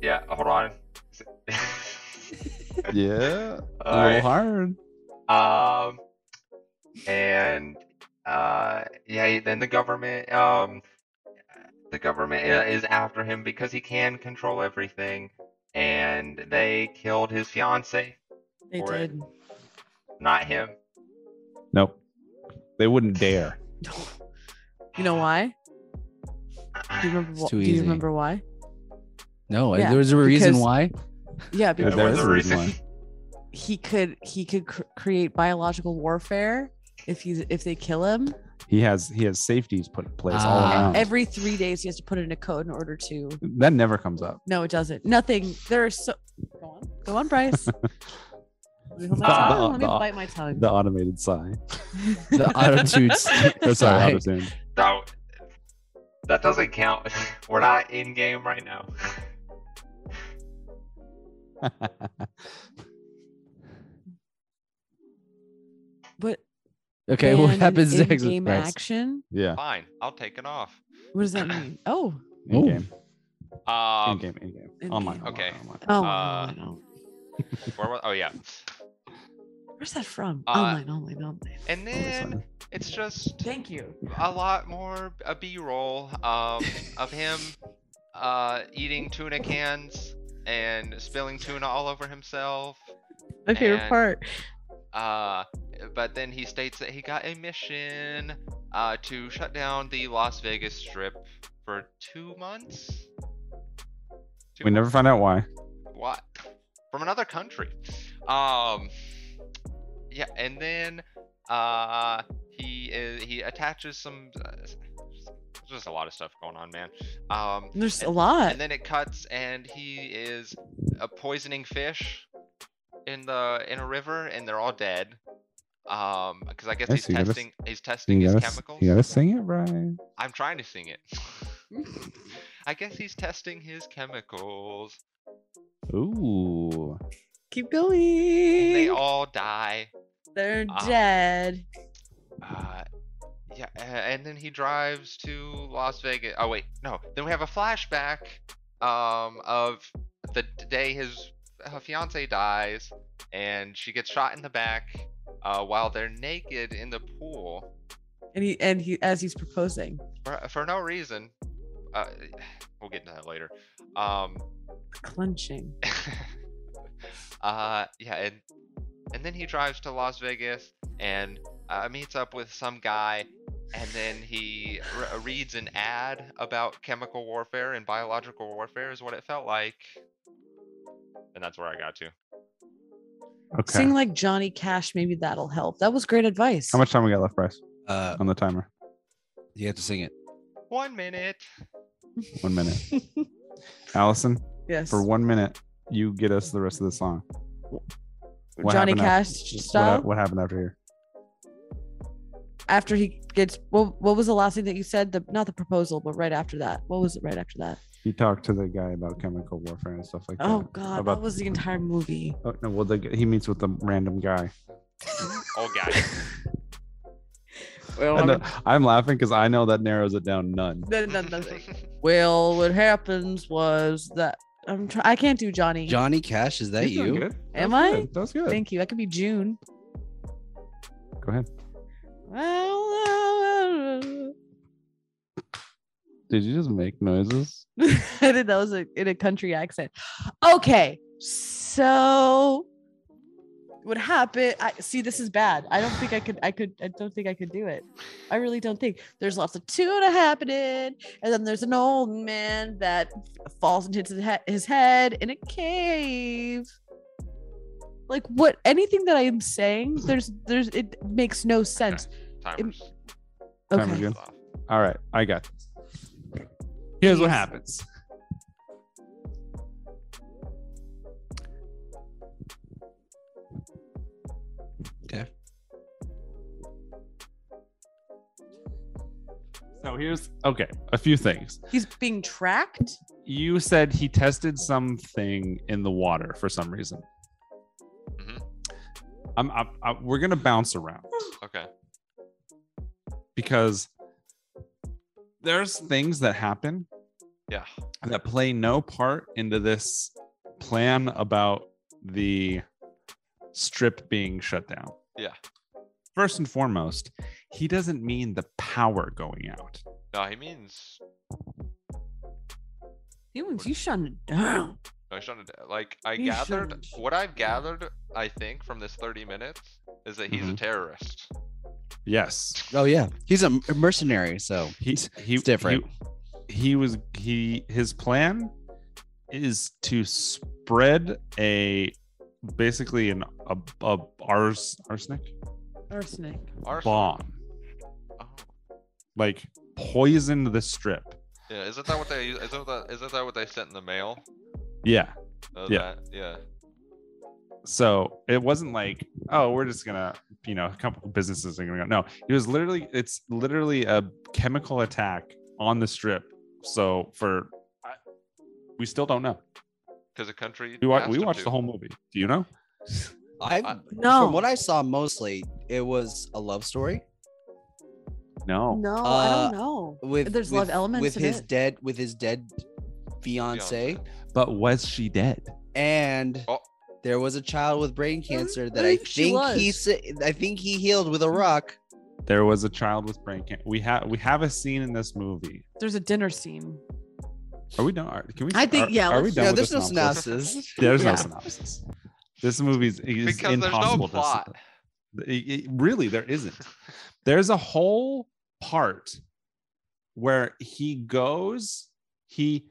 C: Yeah. Hold on.
D: Yeah. a little
C: Alright.
D: hard.
C: Um, and uh, yeah, then the government, um, the government i- is after him because he can control everything, and they killed his fiance,
A: They
C: For it.
A: did.
C: not him.
D: Nope. They wouldn't dare.
A: You know why? Do you remember?
B: It's
A: Wh-
B: too
A: do
B: easy.
A: you remember why?
B: No,
A: Yeah,
B: there was a reason
A: because-
B: why.
A: Yeah,
D: Yeah,
A: because
D: there
C: was
D: is
C: a
D: a reason
C: reason.
D: why.
A: he could he could cr- create biological warfare if he's if they kill him.
D: He has he has safeties put in place all
B: Ah.
D: around.
A: Every three days, he has to put in a code in order to.
D: that never comes up.
A: No, it doesn't. Nothing. There are so. Go on, go on, Bryce. Let me hold my
C: The-
A: tongue.
D: the-
A: Let me
D: the-
A: bite my tongue.
D: The automated sigh.
B: The autotune.
D: Or sorry,
B: sigh.
D: auto tune.
C: So that doesn't count. We're not in game right now.
A: But
B: Okay, what
A: and
B: happens
A: in
B: next? with
A: Game
B: Bryce?
A: action.
D: yeah.
C: Fine, I'll take it off.
A: What does that mean? Oh,
D: In game. In
C: Um,
D: game. In game.
A: in
D: Online.
A: game.
C: Okay.
D: online, online.
A: Oh,
C: Uh,
A: online, online.
C: where was? Oh yeah.
A: where's that from?
C: uh,
A: online, online, online.
C: And
D: All the
C: then
D: time.
C: it's just
A: Thank you.
C: a lot more a b-roll um, of him uh, eating tuna cans and spilling tuna all over himself
A: My favorite
C: And-
A: part.
C: uh, but then he states that he got a mission uh, to shut down the las vegas strip for two months Two
D: We never find out why.
C: what from another country um yeah and then uh he is he attaches some uh, s- just a lot of stuff going on man um
A: There's a
C: and-
A: lot.
C: and then it cuts and he is uh, poisoning fish in the in a river and they're all dead um because i guess
D: Yes,
C: he's
D: you gotta s-
C: testing he's testing
D: You
C: his
D: gotta, s-
C: chemicals
D: you gotta sing it right.
C: I'm trying to sing it. I guess he's testing his chemicals.
D: Ooh.
A: Keep
C: and they
A: going.
C: all die.
A: They're
C: Ah.
A: dead.
C: Uh, yeah, a- and then he drives to Las Vegas. Oh wait, no. Then we have a flashback um, of the d- day his her fiance dies, and she gets shot in the back uh, while they're naked in the pool
A: And he and he as he's proposing.
C: for, for no reason. Uh, we'll get into that later. Um,
A: Clenching.
C: uh yeah and and then he drives to las vegas and uh, meets up with some guy and then he re- uh, reads an ad about chemical warfare and biological warfare is what it felt like and that's where i got to
D: Okay.
A: Sing like Johnny Cash. Maybe that'll help. That was great advice.
D: How much time we got left, Bryce?
B: Uh,
D: On the timer.
B: you have to sing it.
C: one minute
D: One minute. Allison,
A: yes.
D: for one minute, you get us the rest of the song. what
A: Johnny
D: happened
A: Cash
D: What,
A: style.
D: what happened after here?
A: after he gets what? What was the last thing that you said? The not the proposal, but right after that. What was it right after that?
D: He talked to the guy about chemical warfare and stuff like that.
A: Oh God,
D: About-
A: that was the entire movie.
D: Oh, no, well, the, he meets with the random guy.
C: oh god
A: Well,
D: I know- I'm laughing because I know that narrows it down none.
A: well, what happens was that I'm. Try- I can't do Johnny.
B: Johnny Cash, is that
D: You're doing
B: you?
D: good.
A: Am
D: That's
A: I?
D: good. That's good.
A: Thank you. That could be June.
D: Go ahead.
A: I
D: Did you just make noises?
A: did that was a, in a country accent. Okay, so what happened? I see. This is bad. I don't think I could. I could. I don't think I could do it. I really don't think. There's lots of tuna happening, and then there's an old man that falls and hits his he- his head in a cave. Like what? Anything that I am saying, there's there's it makes no sense.
C: Timers.
D: Timer
A: Okay.
D: good.
C: off.
D: All right, I got this. Here's what
A: Please.
D: happens.
B: Okay.
D: So here's okay, a few things.
A: He's being tracked.
D: You said he tested something in the water for some reason.
C: Mhm.
D: I'm, I'm, I'm we're gonna bounce around
C: okay
D: because there's things that happen
C: yeah
D: that play no part into this plan about the strip being shut down.
C: Yeah.
D: First and foremost, he doesn't mean the power going out.
C: no he means
A: Humans, you shut it down.
C: no, he shouldn't- like i
A: He
C: gathered
A: shouldn't.
C: what i've gathered i think from this 30 minutes is that he's a
A: Mm-hmm.
D: Mhm.
C: terrorist
D: Yes.
B: Oh yeah, he's a mercenary, so
D: He's he,
B: It's different.
D: He, he was he his plan is to spread a basically an a, a ars, arsenic
A: Arsenic.
C: Arson.
D: bomb
C: Oh.
D: like poison the strip.
C: yeah isn't that what they isn't that isn't that what they sent in the mail
D: Yeah.
C: Uh,
D: Yeah.
C: that- yeah
D: So it wasn't like, oh, we're just gonna, you know, a couple businesses are gonna go. No, it was literally, it's literally a chemical attack on the strip. So for, I, we still don't know.
C: because the country
D: We, wa-
C: asked
D: we
C: him
D: watched
C: to.
D: the whole movie. Do you know?
B: I
A: No.
B: from what I saw mostly, it was a love story
D: No.
A: No,
B: Uh,
A: I don't know.
B: with
A: There's
B: with,
A: love elements
B: with
A: in
B: his
A: it.
B: dead with his dead fiance,
C: Beyonce.
D: But was she dead?
B: and
C: Oh.
B: there was a child with brain cancer that
A: I
B: I
A: think she
B: think
A: was.
B: he sa- I think he healed with a rock.
D: There was a child with brain cancer. We have we have a scene in this movie.
A: There's a dinner scene.
D: Are we done? Are- Can we?
A: I think-
D: are-
A: yeah,
D: Are we
A: let's-
D: done?
B: no,
D: with
B: there's
D: the
B: no
D: synopsis?
B: synopsis.
D: There's
A: Yeah.
D: no synopsis. This movie's is
C: Because there's no
D: impossible. to-
C: plot.
D: It- it- really, there isn't. There's a whole part where he goes, he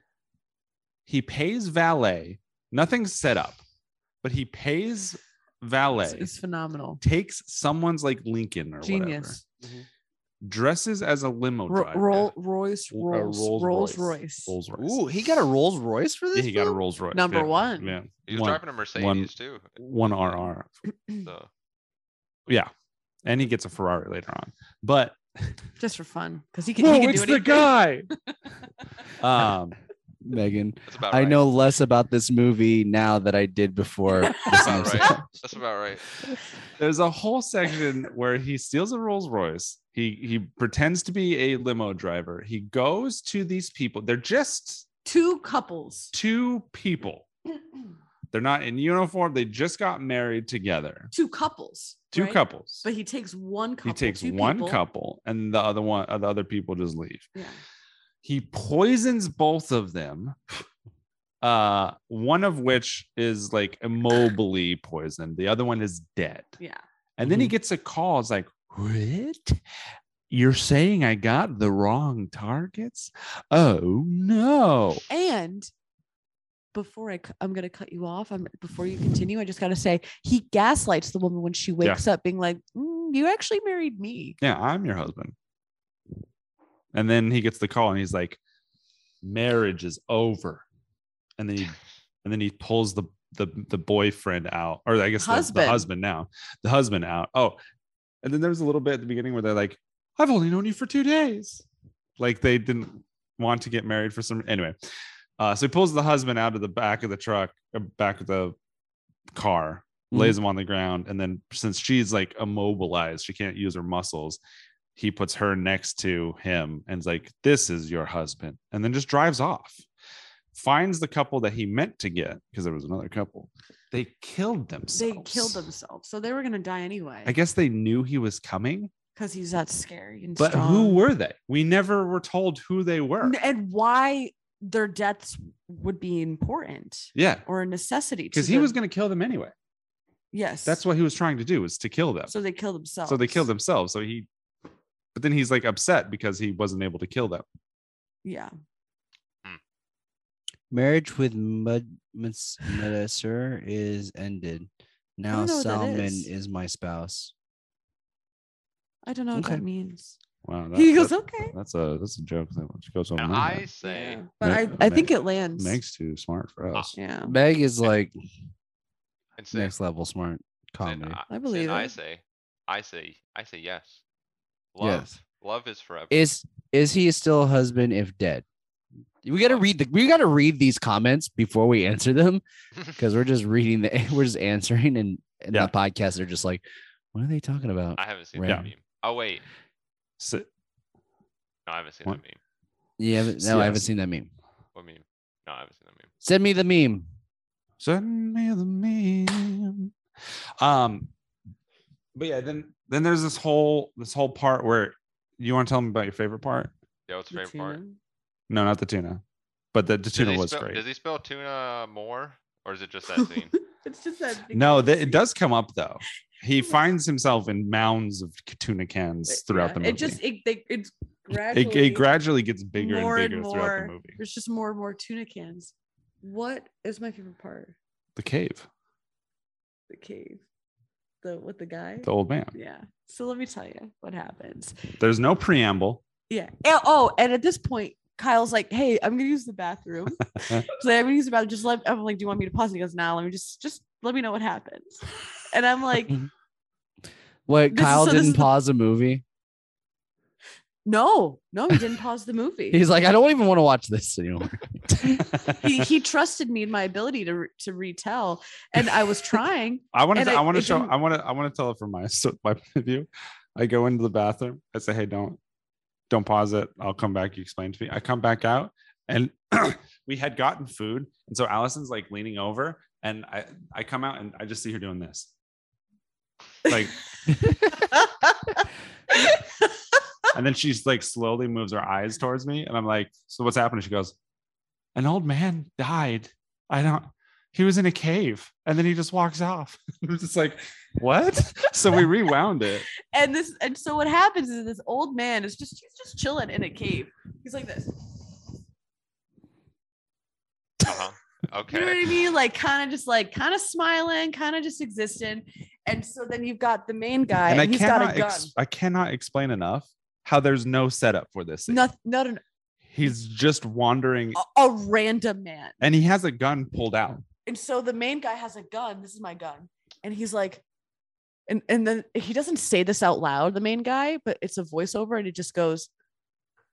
D: he pays valet. Nothing's set up, but he pays
A: It's,
D: valet.
A: it's phenomenal.
D: Takes someone's like Lincoln or whatever,
A: Genius.
D: dresses as a limo
A: Ro-
D: driver.
A: Roll Royce
D: Or a
A: Rolls Rolls, Royce.
D: Rolls uh, Royce.
B: Ooh, he got a Rolls Royce for this.
D: Yeah, he got a
B: film?
D: Rolls Royce.
A: Number
D: yeah,
A: one.
D: Yeah.
C: He was
D: one,
C: driving a Mercedes too.
D: one RR.
A: Mm.
C: So
D: Yeah. And he gets a Ferrari later on. But
A: Just for fun, because he can.
D: Whoa,
A: he can
D: it's
A: do
D: the
A: anything.
D: guy. um,
B: Megan.
C: that's about
B: I
C: right.
B: know less about this movie now that I did before.
C: That's
B: this
C: about
B: episode.
C: right. That's about right.
D: there's a whole section where he steals a Rolls Royce. He he pretends to be a limo driver. He goes to these people. They're just
A: Two couples.
D: two people. They're not in uniform. They just got married together.
A: Two couples.
D: Two
A: right?
D: couples.
A: But he takes one couple.
D: he takes
A: two
D: one
A: people.
D: couple, and the other one, uh, the other people just leave.
A: Yeah.
D: he poisons both of them uh one of which is like immobily poisoned the other one is dead
A: Yeah.
D: and then he gets a call it's like what You're saying I got the wrong targets? Oh no.
A: And before I, cu- I'm going to cut you off. I'm before you continue. I just got to say he gaslights the woman when she wakes up, being like, "Mm, "You actually married me."
D: Yeah, I'm your husband. And then he gets the call and he's like, marriage is over. And then he and then he pulls the the, the boyfriend out, or I guess the-
A: Husband.
D: the husband now. The husband out. Oh, and then there's a little bit at the beginning where they're like, I've only known you for two days. Like they didn't want to get married for some anyway. Uh, so he pulls the husband out of the back of the truck, uh, back of the car, lays him on the ground, and then since she's like immobilized, she can't use her muscles. He puts her next to him and is like, "This is your husband," and then just drives off. Finds the couple that he meant to get because there was another couple. They killed themselves.
A: They killed themselves, so they were going to die anyway
D: I guess they knew he was coming,
A: because he's that scary and
D: but
A: strong.
D: who were they? We never were told who they were.
A: N- and why their deaths would be important
D: Yeah,
A: or a necessity
D: because
A: to
D: he
A: the-
D: was going to kill them anyway.
A: yes
D: That's what he was trying to do was to kill them.
A: so they kill themselves
D: So they killed themselves. So he, but then he's like upset because he wasn't able to kill them.
A: yeah
B: Marriage with Mud Meds- Medicine is ended. Now
A: know what that
B: Salmon
A: is.
B: is. my spouse.
A: i don't know what
B: Okay.
A: that means
D: Wow.
A: he goes okay
D: That's a that's a joke that much goes on.
C: I say
A: Yeah. but i
D: Meg-
A: i think
D: Meg-
A: it lands
D: Meg's too smart for us.
A: yeah
B: Meg is like
C: and say,
B: next level smart
C: and
B: comedy.
C: I,
A: I believe
C: and I
A: it.
C: say, I say, I say yes. Love,
B: Yes.
C: love is forever.
B: Is is he still a husband if dead? We gotta read the we gotta read these comments before we answer them because we're just reading the we're just answering and, and
D: Yeah.
B: the podcast they're just like, what are they talking about?
C: I haven't seen
B: Yeah.
C: that meme. Oh wait,
D: So,
C: no, I haven't seen
D: What?
C: that meme.
B: yeah, but- no, I haven't
D: Yes.
B: seen that meme.
C: What meme? No, I haven't seen that meme.
B: Send me the meme.
D: Send me the meme. Um, but yeah, then then there's this whole this whole part where you want to tell me about your favorite part?
C: Yeah, what's
A: The
C: your favorite part?
A: tuna.
D: No, not the tuna, but the, the
C: Does he
D: tuna was
C: spell-
D: great.
C: Does he spell tuna more, or is it just that scene?
A: it's just that big
D: No,
A: fucking
D: th- it
A: scene.
D: does come up though. He finds himself in mounds of c- tuna cans throughout
A: Yeah,
D: the movie.
A: it just it, they, it's
D: it,
A: gradually
D: it gradually gets bigger and
A: more and
D: bigger throughout the
A: more.
D: movie.
A: there's just more and more tuna cans what is my favorite part
D: The cave,
A: the cave the with the guy
D: the old man.
A: yeah so let me tell you what happens
D: There's no preamble.
A: Yeah. And- oh, and at this point, Kyle's like, "Hey, I'm gonna use the bathroom." so I'm gonna use the bathroom. Just let. I'm like, "Do you want me to pause?" And he goes, "Nah, let me just just let me know what happens." And I'm like,
B: What
A: This is-
B: Kyle
A: so this is
B: didn't
A: the-
B: pause a movie.
A: "No, no, he didn't pause the movie.
B: He's like, I don't even want to watch this anymore.
A: he he trusted me in my ability to re- to retell, and I was trying.
D: I want
A: And
D: to.
A: it-
D: I want to
A: it
D: show.
A: didn't-
D: I want to. I want to tell it from my so my point of view. I go into the bathroom. I say, "Hey, don't, don't pause it. I'll come back. You explain to me." I come back out, and we had gotten food, and so Allison's like leaning over, and I I come out, and I just see her doing this, like, and then she's like slowly moves her eyes towards me, and I'm like, "So what's happening?" She goes, "An old man died. I don't." He was in a cave, and then he just walks off. I'm just like, what? So we rewound it.
A: and this and so what happens is this old man is just he's just chilling in a cave. He's like this.
C: Uh-huh. Okay.
A: You know what I mean? Like kind of just like kind of smiling, kind of just existing. And so then you've got the main guy and,
D: and I
A: he's got
D: cannot,
A: a gun.
D: ex- I cannot explain enough how there's no setup for this. Scene.
A: Nothing, not an,
D: He's just wandering,
A: a, a random man.
D: and he has a gun pulled out.
A: And so the main guy has a gun. This is my gun. And he's like, and and then he doesn't say this out loud, the main guy, but it's a voiceover and it just goes,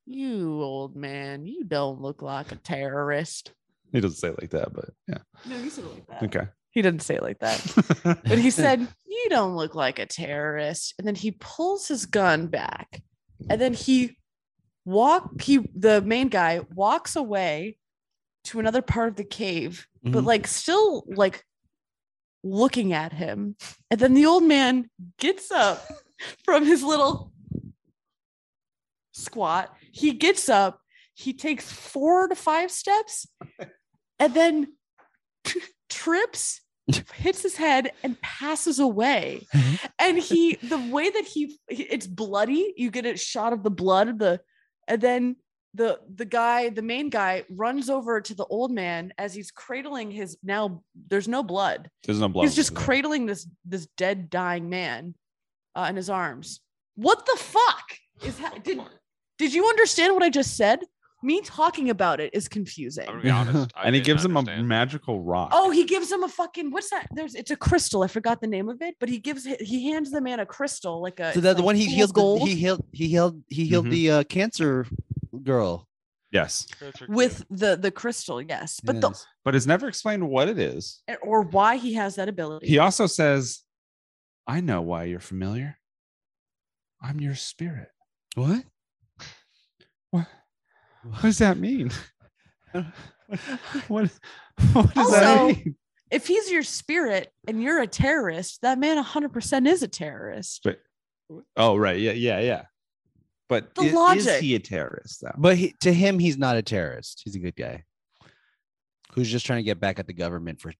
A: You old man, you don't look like a terrorist.
D: He doesn't say it like that, but yeah,
A: No, he said it like that.
D: okay.
A: He didn't say it like that. but he said, "You don't look like a terrorist." And then he pulls his gun back, and then he walk he the main guy walks away to another part of the cave, but
B: Mhm.
A: like still like looking at him. And then the old man gets up from his little squat. He gets up. He takes four to five steps, and then trips hits his head and passes away.
B: Mhm.
A: and he, the way that he, he- it's bloody. You get a shot of the blood of the, and then the the guy, the main guy, runs over to the old man as he's cradling his now. There's no blood.
D: There's no blood.
A: he's just
D: Yeah.
A: cradling this this dead dying man uh, in his arms. What the fuck is ha- did did you understand what I just said? Me talking about it is confusing.
C: I'm gonna be honest. I
D: and he
C: didn't
D: gives him a
C: understand.
D: magical rock.
A: Oh, he gives him a fucking what's that? There's it's a crystal. I forgot the name of it, but he gives he hands the man a crystal like a
B: So
A: it's
B: that the
A: like
B: one Uh, he
A: full of
B: healed, the,
A: gold
B: he healed, he healed, he healed
D: Mhm.
B: the uh, cancer girl.
D: yes,
C: Those are
A: with the the crystal, yes, but
B: Yes.
D: but it's never explained what it is.
A: the or why he has that ability.
D: He also says, "I know why you're familiar. I'm your spirit."
B: what?
D: What? What does that mean? what? What does that
A: Also-
D: mean?
A: if he's your spirit and you're a terrorist, that man 100% is a terrorist.
D: Oh, right. Yeah, yeah, yeah. But
A: The
D: i- is
A: logic.
D: he a terrorist though?
B: But he, to him, he's not a terrorist. He's a good guy who's just trying to get back at the government for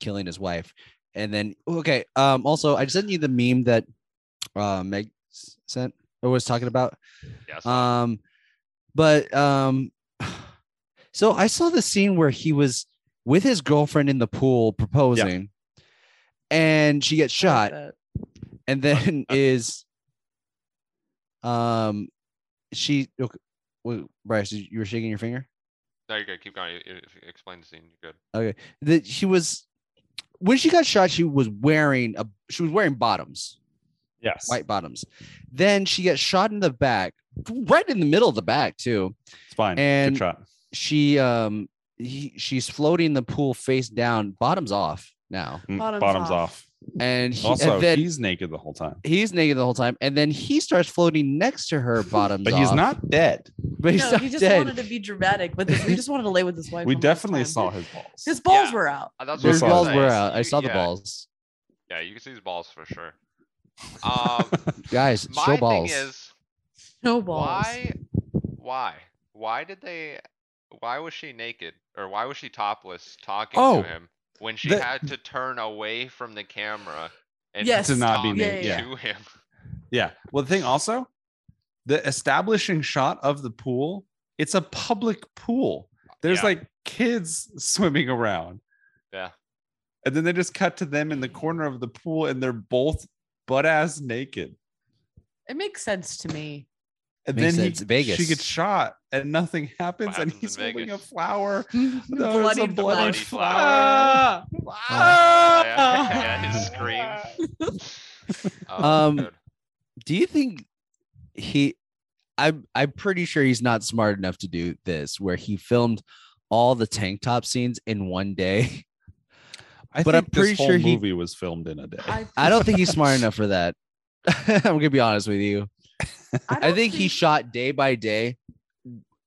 B: killing his wife. And then, okay. Um, also, I sent you the meme that uh, Meg s- sent or was talking about.
C: good. Yes.
B: Um, but um, so I saw the scene where he was with his girlfriend in the pool proposing, and she gets
A: Like
B: shot,
A: that.
B: and then is um, she okay, wait, Bryce, you you were shaking your finger.
C: no, you're good. Keep going. You- you- you Explain the scene. You're good.
B: That she was when she got shot, she was wearing a she was wearing bottoms.
D: Yes.
B: White bottoms. Then she gets shot in the back, right in the middle of the back, too.
D: It's fine.
B: and-
D: Good shot.
B: she um he, she's floating in the pool face down, bottoms off now,
D: Mm,
A: Bottoms
D: Bottoms,
A: off.
D: off.
B: and he,
D: Also,
B: and then
D: he's naked the whole time.
B: he's naked the whole time, and then he starts floating next to her, bottoms.
D: But he's
B: off,
D: not dead.
B: But he's
A: No,
B: not
A: he just
B: dead.
A: wanted to be dramatic, but this, he just wanted to lay with his wife.
D: We
A: one last
D: definitely
A: time.
D: saw his balls.
A: his balls
C: Yeah.
A: were out.
C: Uh, that's what
D: We
B: Their
C: I'm
D: saw
B: balls
D: that.
C: saying.
B: were out. I
C: You-
B: saw the
C: yeah,
B: balls,
C: Yeah, you can see his balls for sure. Um,
B: guys.
C: my
B: show
C: thing
B: balls.
C: is,
A: No balls.
C: why, why, why did they? Why was she naked or why was she topless talking
D: Oh,
C: to him when she
D: the-
C: had to turn away from the camera and
A: Yes.
D: To not be
C: talk
A: naked. Yeah,
D: yeah.
C: to him?
D: yeah. Well, the thing also, the establishing shot of the pool, it's a public pool. There's
C: Yeah.
D: like kids swimming around.
C: Yeah.
D: And then they just cut to them in the corner of the pool and they're both butt ass naked.
A: It makes sense to me.
D: And
B: Makes
D: then he-
B: sense. Vegas.
D: she gets shot and nothing happens. and
C: happens in
D: he's holding a
C: Vegas?
D: flower. No, it's
A: bloody,
D: a bloody Ah!
A: bloody
C: flower.
A: flower.
C: Yeah, his scream. Oh,
B: Um,
C: good.
B: Do you think he? I'm I'm pretty sure he's not smart enough to do this, where he filmed all the tank top scenes in one day.
D: I
B: But
D: think
B: I'm pretty
D: this whole
B: sure he-
D: movie was filmed in a day.
A: I,
B: I don't think he's smart enough for that. I'm gonna be honest with you. I,
A: don't
B: think, he shot day by day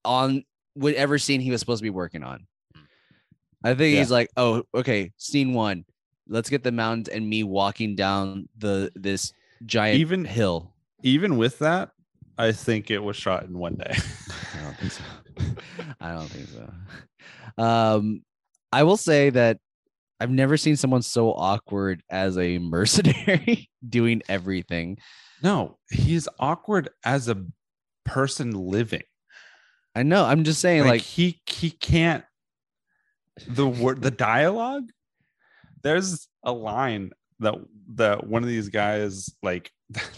B: on whatever scene he was supposed to be working on. I think
D: Yeah.
B: he's like, oh, okay, scene one. Let's get the mountains and me walking down the this giant
D: Even-
B: hill.
D: Even with that, I think it was shot in one day.
B: I don't think so. I don't think so. Um, I will say that I've never seen someone so awkward as a mercenary doing everything.
D: No, he's awkward as a person living.
B: I know. I'm just saying,
D: Like,
B: like,
D: he he can't the word the dialogue. There's a line that that one of these guys like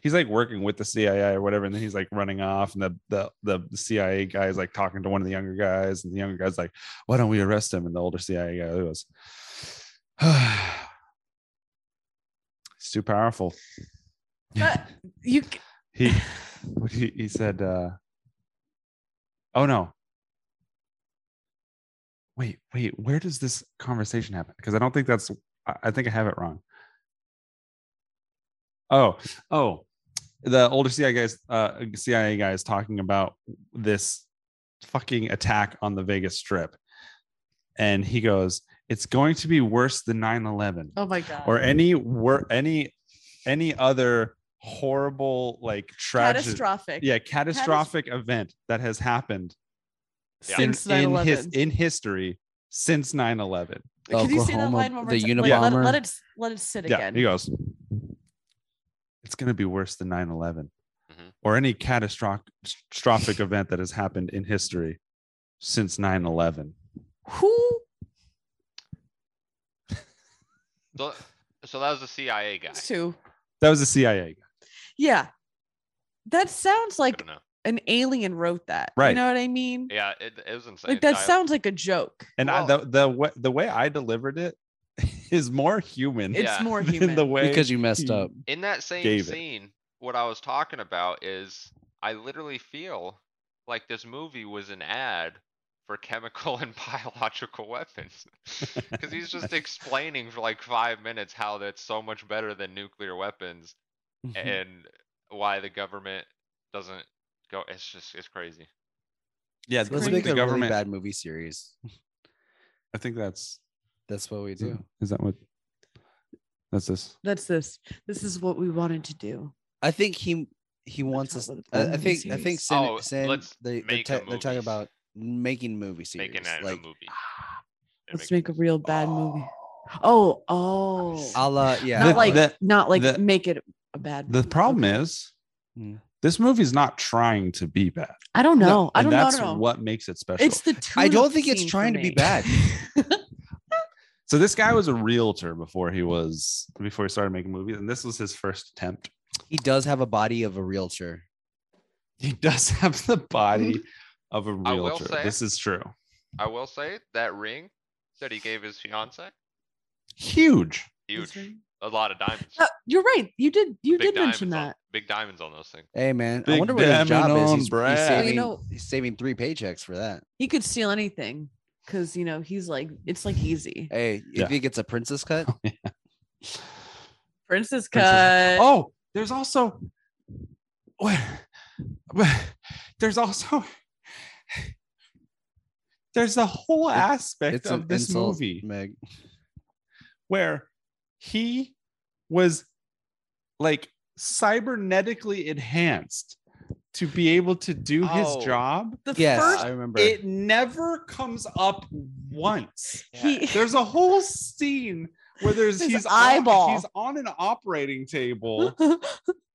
D: he's like working with the CIA or whatever, and then he's like running off, and the the the CIA guy is like talking to one of the younger guys, and the younger guy's like, "Why don't we arrest him?" And the older CIA guy goes, "It's too powerful."
A: But you c-
D: he what he, he said uh oh no wait wait where does this conversation happen because i don't think that's I, I think i have it wrong oh oh the older cia guys uh cia guy is talking about this fucking attack on the vegas strip and he goes it's going to be worse than 9-11
A: Oh my god.
D: or any were any any other horrible like tragic
A: catastrophic.
D: yeah catastrophic event that has happened
C: Yeah.
D: in,
A: Since
D: in his
A: 9/11.
D: in history since 9-11
A: Could you say that
B: Oklahoma,
A: line one more
B: the
A: time? Like,
B: Unabomber.
A: let, let it let it sit
D: yeah,
A: again.
D: he goes, it's going to be worse than 9 11
C: Mhm.
D: or any catastrophic event that has happened in history since 9 11.
A: Who?
C: So, so that was the CIA guy.
A: Two.
D: That was the CIA.
A: Yeah. That sounds
C: I
A: like
C: don't know.
A: an alien wrote that. You
D: Right.
A: know what I mean?
C: Yeah, it, it was insane.
A: like that
C: dialogue.
A: sounds like a joke.
D: And I,
C: Well-
D: the, the, way, the way I delivered it is more human
A: It's
C: Yeah.
A: more
D: than
A: human.
D: the way.
B: because you messed
D: he-
B: up.
C: in that same
D: gave it.
C: scene, what I was talking about is I literally feel like this movie was an ad for chemical and biological weapons because he's just explaining for like five minutes how that's so much better than nuclear weapons
B: Mm-hmm.
C: and why the government doesn't go. It's just it's crazy.
D: yeah,
B: Let's
D: the,
A: crazy.
B: make
D: the
B: a really
D: government.
B: bad movie series.
D: I think that's.
B: That's what we
D: Is that,
B: do.
D: is that what? That's this.
A: That's this. This is what we wanted to do.
B: I think he he wants us.
A: what the
B: I, I
A: movie
B: think I think
A: series-
B: Sin,
C: Oh,
B: Sin-
C: let's
B: they they're,
C: make a
B: ta- they're talking
C: movie.
B: about making movie series.
C: Making that
B: like,
C: a movie. And
A: Let's make a real bad movie. Oh, oh.
B: a la yeah.
A: not
D: The-
A: like
D: the-
A: not like
D: the-
A: make it a bad
D: The
A: movie.
D: problem
A: Okay.
D: is,
B: Mm.
D: this movie's not trying to be bad.
A: I don't know. Oh, I
D: and
A: don't know. I
D: That's
A: don't know.
D: what makes it special.
A: it's the
B: I don't
A: tune-up
B: think it's
A: scene for
B: trying to be
A: me.
B: bad.
D: so this guy was a realtor before he was before he started making movies, and this was his first attempt.
B: he does have a body of a realtor.
D: He does have the body of a
C: I will
D: realtor.
C: say-
D: This is true.
C: I will say that ring that he gave his fiance,
D: Huge.
A: That's
C: huge,
A: right.
C: a lot of diamonds.
A: Uh, you're right. You did. You
C: big
A: did mention
C: diamonds on-
A: that.
C: big diamonds on those things.
B: Hey man, I
D: Big
B: wonder what his
D: diamond
B: job is.
D: on
B: He's, he's
D: Brad.
B: saving,
A: You know-
B: he's saving three paychecks for that.
A: He could steal anything because you know he's like it's like easy.
B: Hey, you
D: Yeah.
B: think it's a princess cut?
A: Princess
D: Princess-
A: cut.
D: Oh, there's also what there's also there's a whole
B: It-
D: aspect
B: It's
D: of
B: an
D: this
B: insult,
D: movie
B: Meg.
D: where he was like cybernetically enhanced to be able to do
C: Oh.
D: his job.
A: the
B: Yes,
A: first
B: I remember.
D: It never comes up once.
A: he
D: There's a whole scene where there's
A: His
D: he's on-
A: eyeball.
D: he's on an operating table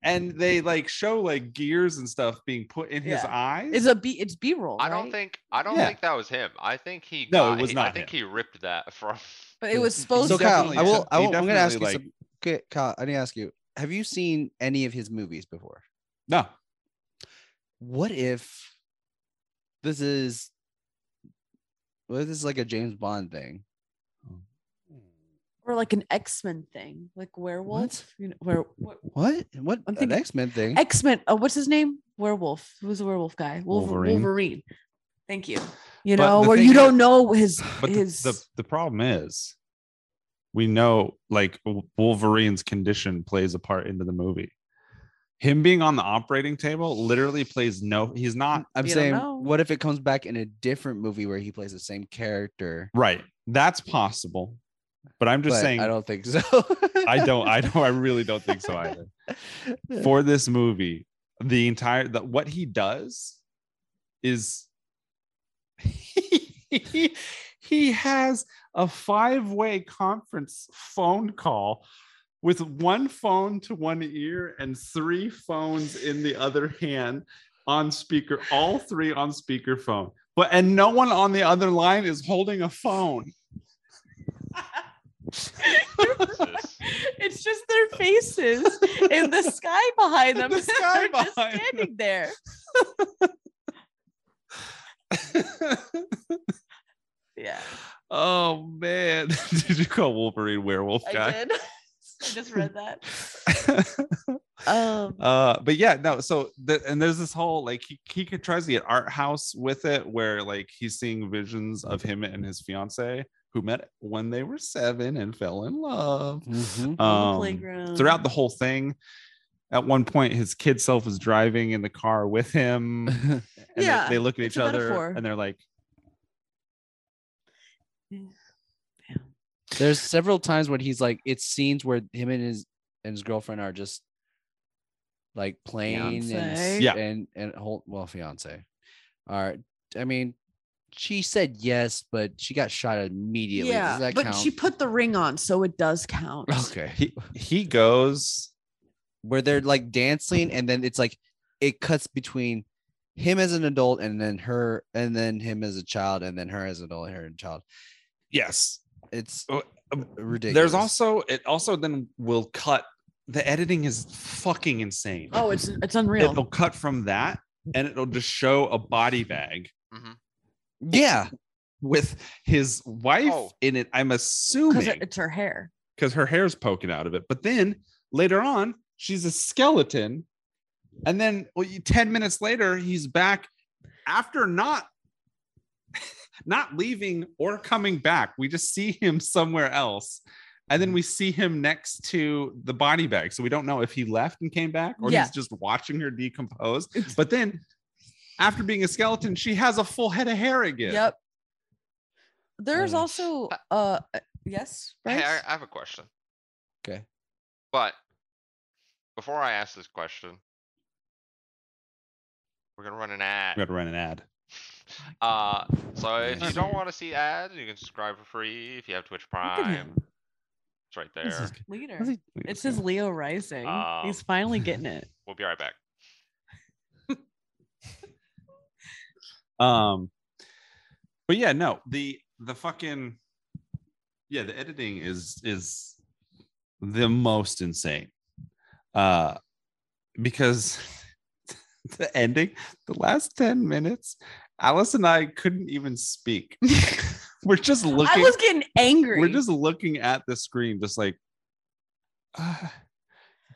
D: and they like show like gears and stuff being put in his
A: Yeah.
D: eyes.
A: is a B. It's B roll.
C: I don't think I don't
D: Yeah.
C: think that was him. I think he
D: No, it
C: got,
D: was
C: he- I
D: not
C: think he ripped that from
A: But it was supposed
B: so
A: to.
B: Kyle,
A: be.
B: I will.
D: took-
B: I
D: he
B: will I'm gonna ask you
D: definitely,
B: some. Okay, Kyle, I need to ask you: Have you seen any of his movies before?
D: no,
B: What if this is? What if this is like a James Bond thing?
A: or like an X Men thing, like werewolf. You know, where what,
B: What? What?
A: I'm
B: an
A: thinking-
B: X Men thing?
A: X Men? Oh, what's his name? Werewolf. Who's the werewolf guy? Wolver-
D: Wolverine.
A: Wolverine. Thank you. You
D: But
A: know
D: the
A: where
D: thing
A: you
D: is-
A: don't know his
D: but the,
A: his.
D: the the problem is, we know like Wol- Wolverine's condition plays a part into the movie. Him being on the operating table literally plays no. He's not
B: I'm
A: We don't
B: saying,
A: know.
B: what if it comes back in a different movie where he plays the same character?
D: right. That's possible, but I'm just
B: But
D: saying.
B: I don't think so.
D: I don't. I don't. I really don't think so either. for this movie the entire the, what he does is he, he has a five-way conference phone call with one phone to one ear and three phones in the other hand on speaker all three on speakerphone but and no one on the other line is holding a phone
C: this.
A: it's just their faces and the sky behind them.
D: The sky
A: They're just
D: behind them.
A: standing there. Yeah,
D: oh man did you call wolverine werewolf guy
A: I did. I just read that. Um,
D: uh but yeah no so the, and there's this whole like he, he could- tries to get art house with it where like he's seeing visions of him and his fiance who met when they were seven and fell in love
B: Mhm.
A: on the
D: um,
A: playground.
D: throughout the whole thing at one point his kid self is driving in the car with him and they-
A: Yeah,
D: they, look at
A: it's
D: each
A: a
D: other
A: metaphor.
D: and they're like
B: There's several times when he's like, it's scenes where him and his and his girlfriend are just like playing and s-
A: Fiancé.
D: Yeah.
B: and and whole well fiance. All right, I mean, she said yes, but she got shot
D: E,
B: immediately. Does
A: yeah,
B: that
A: but
B: count?
A: she put the ring on, so it does count.
B: okay.
D: He he goes.
B: where they're like dancing and then it's like it cuts between him as an adult and then her and then him as a child and then her as an adult and her as a child
D: Yes.
B: it's
D: Oh, um,
B: ridiculous
D: There's also it also then will cut. The editing is fucking insane.
A: Oh, it's it's unreal.
D: It'll cut from that and it'll just show a body bag
B: yeah
D: with his wife
C: Oh.
D: in it. I'm
A: Because
D: assuming
A: it's her hair.
D: because her hair's poking out of it. But then later on, she's a skeleton. And then well, you- 10 minutes later, he's back after not not leaving or coming back. We just see him somewhere else. And
A: Mm.
D: then we see him next to the body bag. So we don't know if he left and came back or
A: Yeah.
D: he's just watching her decompose. But then after being a skeleton, she has a full head of hair again.
A: Yep. There's
D: Mm.
B: Uh,
A: also uh uh, yes,
C: Hey, I,
A: right?
C: I have a question.
B: Okay.
C: But before I ask this question, we're gonna run an
D: We
C: ad.
D: gotta run an ad.
C: Uh, so if you
A: Nice.
C: don't want to see ads, you can subscribe for free if you have Twitch
A: Look at
C: Prime.
A: him.
C: It's right
B: This
C: there.
B: is-
A: Leader.
B: this is-
A: It's his Leo rising. He's
D: Oh.
C: Um,
A: finally getting it.
C: We'll be right back.
D: um but yeah no the the fucking yeah the editing is is the most insane uh because the ending the last 10 minutes alice and i couldn't even speak we're just
A: I
D: looking
A: was getting angry.
D: we're just looking at the screen just like uh,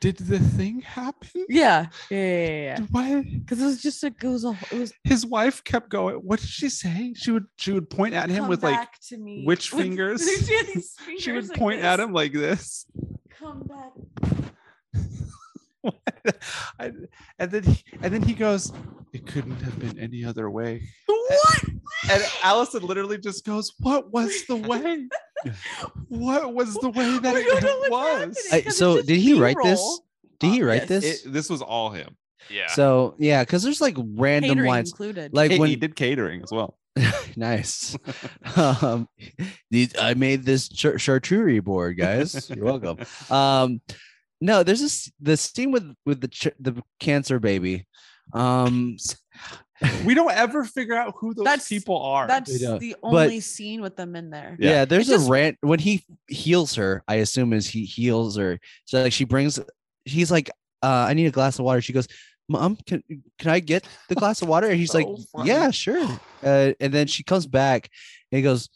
D: did the thing happen
A: yeah, yeah, yeah, yeah.
D: What?
A: Because it was just a, it was a, it was
D: his wife kept going what did she say she would she would point at him
A: "Come
D: with like
A: back to me.
D: witch
A: With-
D: fingers.
A: she, had these
D: she
A: fingers
D: would
A: like
D: point at
A: this.
D: him like this.
A: Come back.
D: I- and then he, and then he goes, "It couldn't have been any other way."
A: What?
D: And Allison literally just goes, "What was the way? What was the way that
A: We don't know what's
D: it was?"
A: happening.
B: I,
A: Because it's
B: so
A: just
B: did he write this
A: B-roll.
B: did he
A: Uh,
B: write
A: yes.
B: this
D: It- this was all him.
C: Yeah.
B: so yeah because there's like random
A: Catering
B: lines
A: included.
B: like
D: Hey,
B: when
D: he did catering as well.
B: nice um these- i made this char- charcuterie board guys you're welcome um no there's this the scene with with the ch- the cancer baby um
D: We don't ever figure out who those
A: That's-
D: people are.
A: That's
B: don't.
A: the
B: But-
A: only scene with them in there.
D: Yeah.
B: yeah, there's
A: It just-
B: a rant when he heals her i assume is he heals her so like she brings he's like uh i need a glass of water she goes mom can can i get the glass of water and he's like
D: So funny.
B: yeah sure uh, and then she comes back and he goes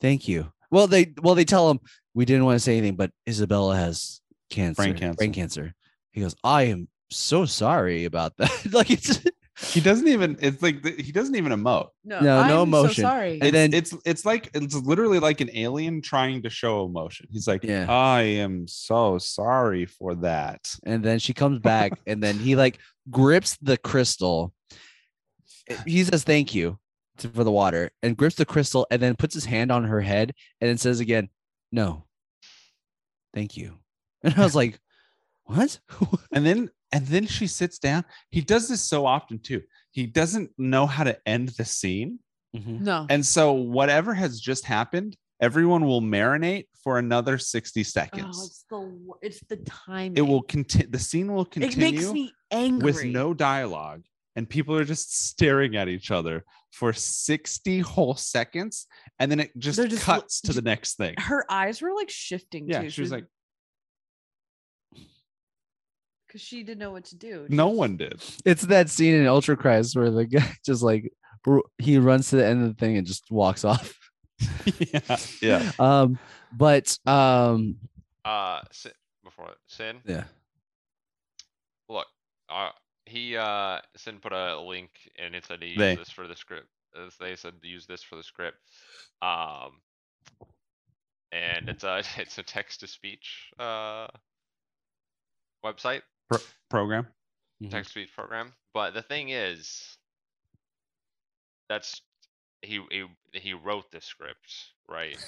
B: thank you well they well they tell him we didn't want to say anything but isabella has cancer
D: Brain cancer.
B: brain cancer he goes i am so sorry about that like it's
D: he doesn't even. It's like the- he doesn't even emote.
A: No,
B: No, no
A: I'm
B: emotion.
A: So sorry.
B: And
D: it's,
B: then-
D: it's it's like it's literally like an alien trying to show emotion. He's like,
B: Yeah.
D: I am so sorry for that.
B: and then she comes back and then he like grips the crystal he says thank you to- for the water and grips the crystal and then puts his hand on her head and then says again no thank you and i was like what
D: And then and then she sits down. He does this so often too. He doesn't know how to end the scene.
A: no.
D: And so whatever has just happened, everyone will marinate for another 60
A: Oh,
D: seconds.
A: it's the wor- it's the timing.
D: it will continue the scene will
A: It
D: continue
A: makes me angry.
D: with no dialogue and people are just staring at each other for 60 whole seconds and then it just,
A: They're just l-
D: cuts to the next thing.
A: Her eyes were like shifting.
D: Yeah,
A: too.
D: she was like
A: because she didn't know what to do. She
D: no
A: was-
D: one did.
B: it's that scene in ultra Christ where the guy just like r- he runs to the end of the thing and just walks off
D: yeah. Yeah.
B: um but um
C: Uh, Sin, before Sin,
B: yeah
C: look, uh, he uh, Sin put a link and it said to use
D: They.
C: this for the script. Uh, They said to use this for the script. Um, and it's a it's a text to speech uh website.
D: Program.
B: Mhm.
C: text speech program. But the thing is, that's he he, he wrote the script, right?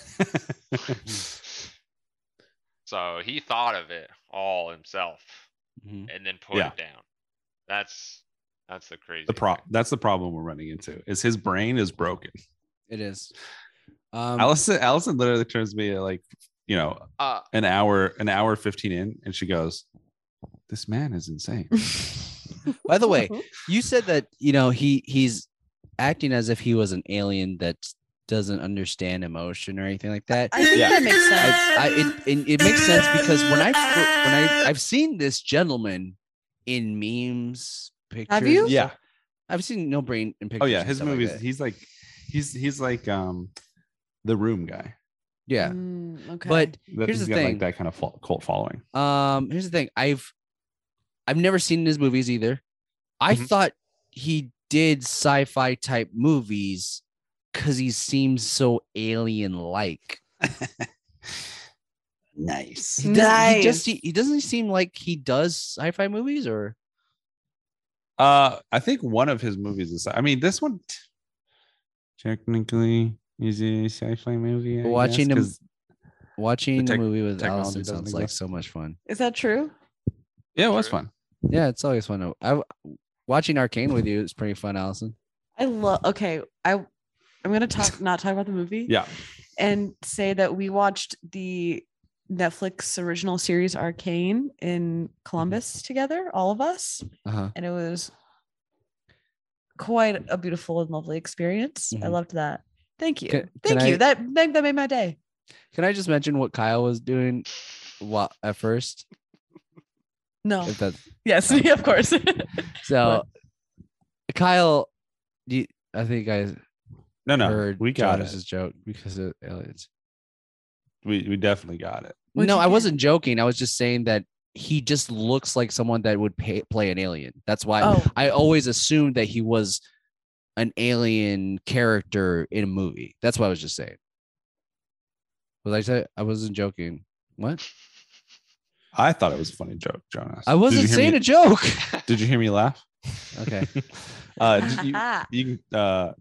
C: so he thought of it all himself
B: Mhm.
C: and then put
D: Yeah.
C: it down. That's that's the crazy
D: the pro that's the problem we're running into is his brain is broken
B: It is. Um,
D: Allison Allison literally turns to me at like you know
C: Uh,
D: an hour an hour fifteen in, and she goes, "This man is insane."
B: by the way, you said that you know he he's acting as if he was an alien that doesn't understand emotion or anything like that.
A: I think
D: Yeah.
A: that makes sense.
B: I, I it, it it makes sense because when I fir- when I I've seen this gentleman in memes pictures.
A: you?
B: and
D: yeah.
B: stuff. I've seen no brain in pictures.
D: Oh yeah,
B: and
D: his
B: stuff like
D: movies.
B: that.
D: he's like, he's he's like um, the room guy.
B: yeah,
A: Mm, okay.
B: but
D: That,
B: Here's
D: he's
B: the
D: got
B: thing.
D: like that kind of fol- cult following.
B: Um, here's the thing. I've I've never seen his movies either. I
D: Mm-hmm.
C: Mhm.
B: thought he did sci-fi type movies because he seems so alien-like.
D: Nice.
B: He, does, he just he, he doesn't seem like he does sci-fi movies or
D: Uh, I think one of his movies is. I mean, this one t- technically is a sci-fi movie. I
B: But watching
D: guess,
B: him-
D: 'cause-
B: watching
D: tech-
B: a movie with
D: technology
B: Allison
D: doesn't
B: sounds like
D: exist.
B: so much fun.
A: is that true?
D: yeah, it was
C: True.
D: fun.
B: Yeah, it's always fun. to- I watching Arcane with you is pretty fun, Allison.
A: I love. Okay, I I'm gonna talk not talk about the movie.
D: Yeah,
A: and say that we watched the Netflix original series Arcane in Columbus
B: Mm-hmm.
A: together, all of us,
B: Uh-huh.
A: and it was quite a beautiful and lovely experience. I
B: Mhm.
A: loved that. Thank you.
B: Ca- can
A: Thank you.
B: I-
A: That, that that made my day.
B: Can I just mention what Kyle was doing while at first?
A: No.
B: If that
A: Yes, of course.
B: So, Kyle, do you- I think I
D: no, no,
B: heard
D: we got
B: Jonas's
D: it.
B: joke because of aliens.
D: We we definitely got it.
A: What'd
B: no,
A: you
B: I
A: get?
B: wasn't joking. I was just saying that he just looks like someone that would pay, play an alien. That's why
A: oh,
B: I always assumed that he was an alien character in a movie. That's what I was just saying. Was I said I wasn't joking? What?
D: I thought it was a funny joke, Jonas.
B: I wasn't
D: Did you hear
B: saying
D: me-
B: a joke.
D: Did you hear me laugh?
B: Okay.
D: uh, did you you can, uh,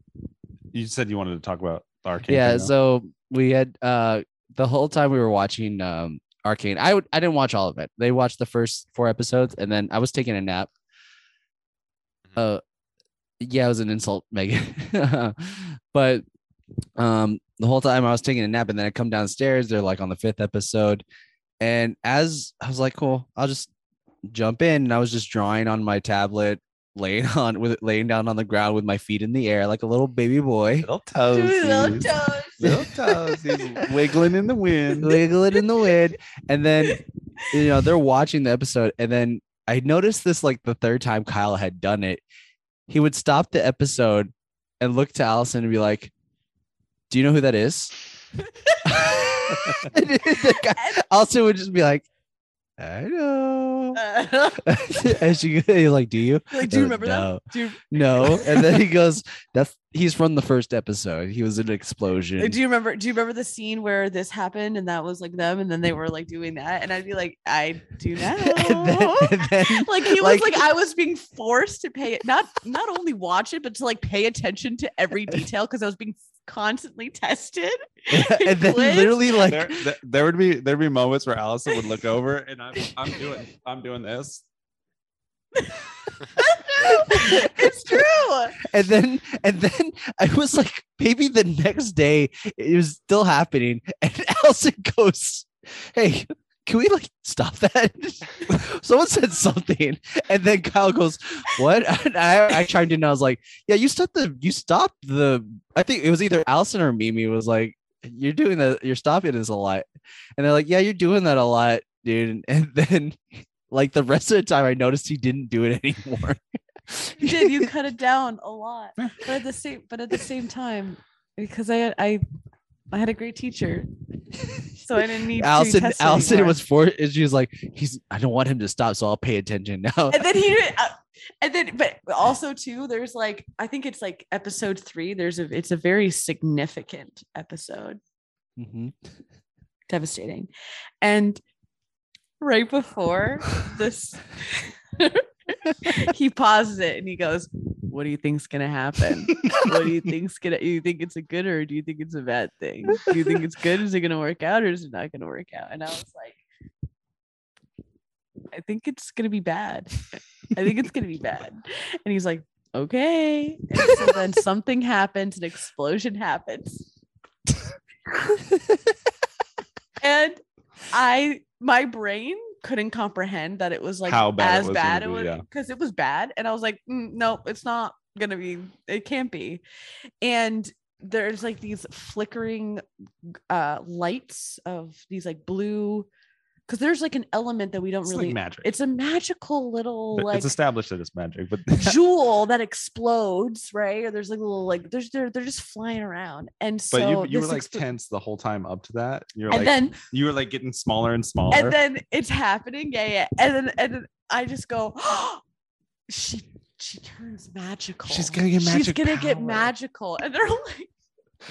D: you said you wanted to talk about arcade.
B: yeah so we had uh the whole time we were watching um arcane i would i didn't watch all of it they watched the first four episodes and then i was taking a nap
C: Mhm.
B: uh yeah it was an insult megan but um the whole time i was taking a nap and then i come downstairs they're like on the fifth episode and as i was like cool i'll just jump in and i was just drawing on my tablet laying on with laying down on the ground with my feet in the air like a little baby boy
D: little
A: little
D: toesies,
A: toes.
D: little toesies wiggling in the wind.
B: wiggle it in the wind. And then, you know, they're watching the episode. And then I noticed this like the third time Kyle had done it. He would stop the episode and look to Allison and be like, Do you know who that is? And the guy- Allison would just be like, I know.
A: Uh,
B: and she he's like, Do you?
A: like, do you
B: Uh,
A: remember
B: no.
A: that? Do you,
B: No. And then he goes, That's he's from the first episode. He was in an explosion.
A: Like, do you remember? Do you remember the scene where this happened and that was like them, and then they were like doing that, and I'd be like, I do now.
B: And then- and then,
A: like he was
B: like-
A: like I was being forced to pay it, not not only watch it, but to like pay attention to every detail because I was being constantly tested.
B: and then
A: Quiz?
B: literally like
D: there, there, there would be there'd be moments where Allison would look over and I'm I'm doing I'm doing this.
A: it's true.
B: and then and then I was like, maybe the next day it was still happening. And Allison goes, Hey, can we like stop that? Someone said something. And then Kyle goes, What? And I, I chimed in and I was like, Yeah, you stopped the you stopped the I think it was either Allison or Mimi was like, You're doing that, you're stopping this a lot. And they're like, Yeah, you're doing that a lot, dude. And then like the rest of the time I noticed he didn't do it anymore.
A: You did. You cut it down a lot, but at the same but at the same time, because I I I had a great teacher, so I didn't need to be
B: Allison
A: tested
B: Allison
A: anymore.
B: was for and she was like, he's I don't want him to stop, so I'll pay attention now.
A: and then he uh, and then but also too there's like i think it's like episode three there's a it's a very significant episode
B: Mhm.
A: devastating and right before this he pauses it and he goes what do you think's gonna happen what do you think's gonna you think it's a good or do you think it's a bad thing do you think it's good is it gonna work out or is it not gonna work out and i was like i think it's gonna be bad i think it's gonna be bad and he's like okay. And so then something happens, an explosion happens. and I my brain couldn't comprehend that it was like
D: How bad it
A: as
D: was gonna
A: bad it
D: be,
A: was
D: yeah.
A: because it was bad. And I was like, "Mm, no, it's not gonna be, it can't be. And there's like these flickering uh lights of these like blue because there's like an element that we don't
D: It's
A: really
D: like magic.
A: it's a magical little
D: But
A: like
D: it's established that it's magic, but
A: jewel that explodes, right? Or there's like little like there's they're they're just flying around. And so
D: but you, you were
A: this
D: like
A: expl-
D: tense the whole time up to that. You're
A: and
D: like
A: then
D: you were like getting smaller and smaller.
A: and then it's happening. Yeah, yeah. And then and then I just go, she she turns magical.
D: She's gonna get
A: She's
D: magic
A: gonna get
D: power."
A: magical. And they're like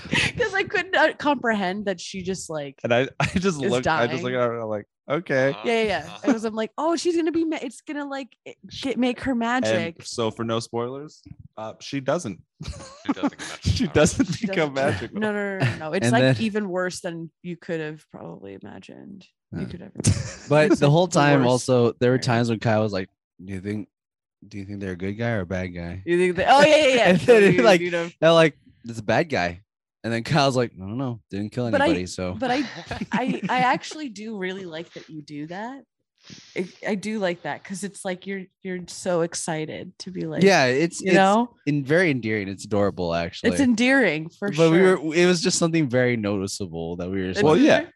A: because I couldn't uh, comprehend that she just like
D: And I, I just
A: Is
D: looked, I just looked
A: dying.
D: at her and I'm like, okay.
A: yeah,
C: uh-huh.
A: yeah, yeah. Because I'm like, oh, she's gonna be, ma- it's gonna like it- get make her magic.
D: And so for no spoilers, uh, she doesn't.
C: She doesn't get magic
D: she
C: power.
D: doesn't
A: She
D: become
A: doesn't-
D: magical.
A: No, no, no, no, no. It's
B: And
A: like
B: then-
A: even worse than you could have probably imagined.
B: Yeah.
A: You could ever.
B: But
A: It's
B: the
A: like
B: whole time,
A: worst.
B: also, there were
A: Right.
B: times when Kyle was like, "Do you think, do you think they're a good guy or a bad guy?"
A: You think that? Oh yeah, yeah, yeah.
B: And then
A: No,
B: it,
A: you-
B: like-
A: you know.
B: And I'm like, "It's a bad guy," and then Kyle's like, "I don't know, didn't kill
A: But I-
B: anybody." so
A: But I, I, I actually do really like that you do that. I, I do like that because it's like you're you're so excited to be like,
B: yeah, it's
A: you
B: it's
A: know,
B: in, very endearing. It's adorable, actually.
A: it's endearing for
B: but
A: sure.
B: we were, it was just something very noticeable that we were. just
D: Well,
B: like,
D: yeah.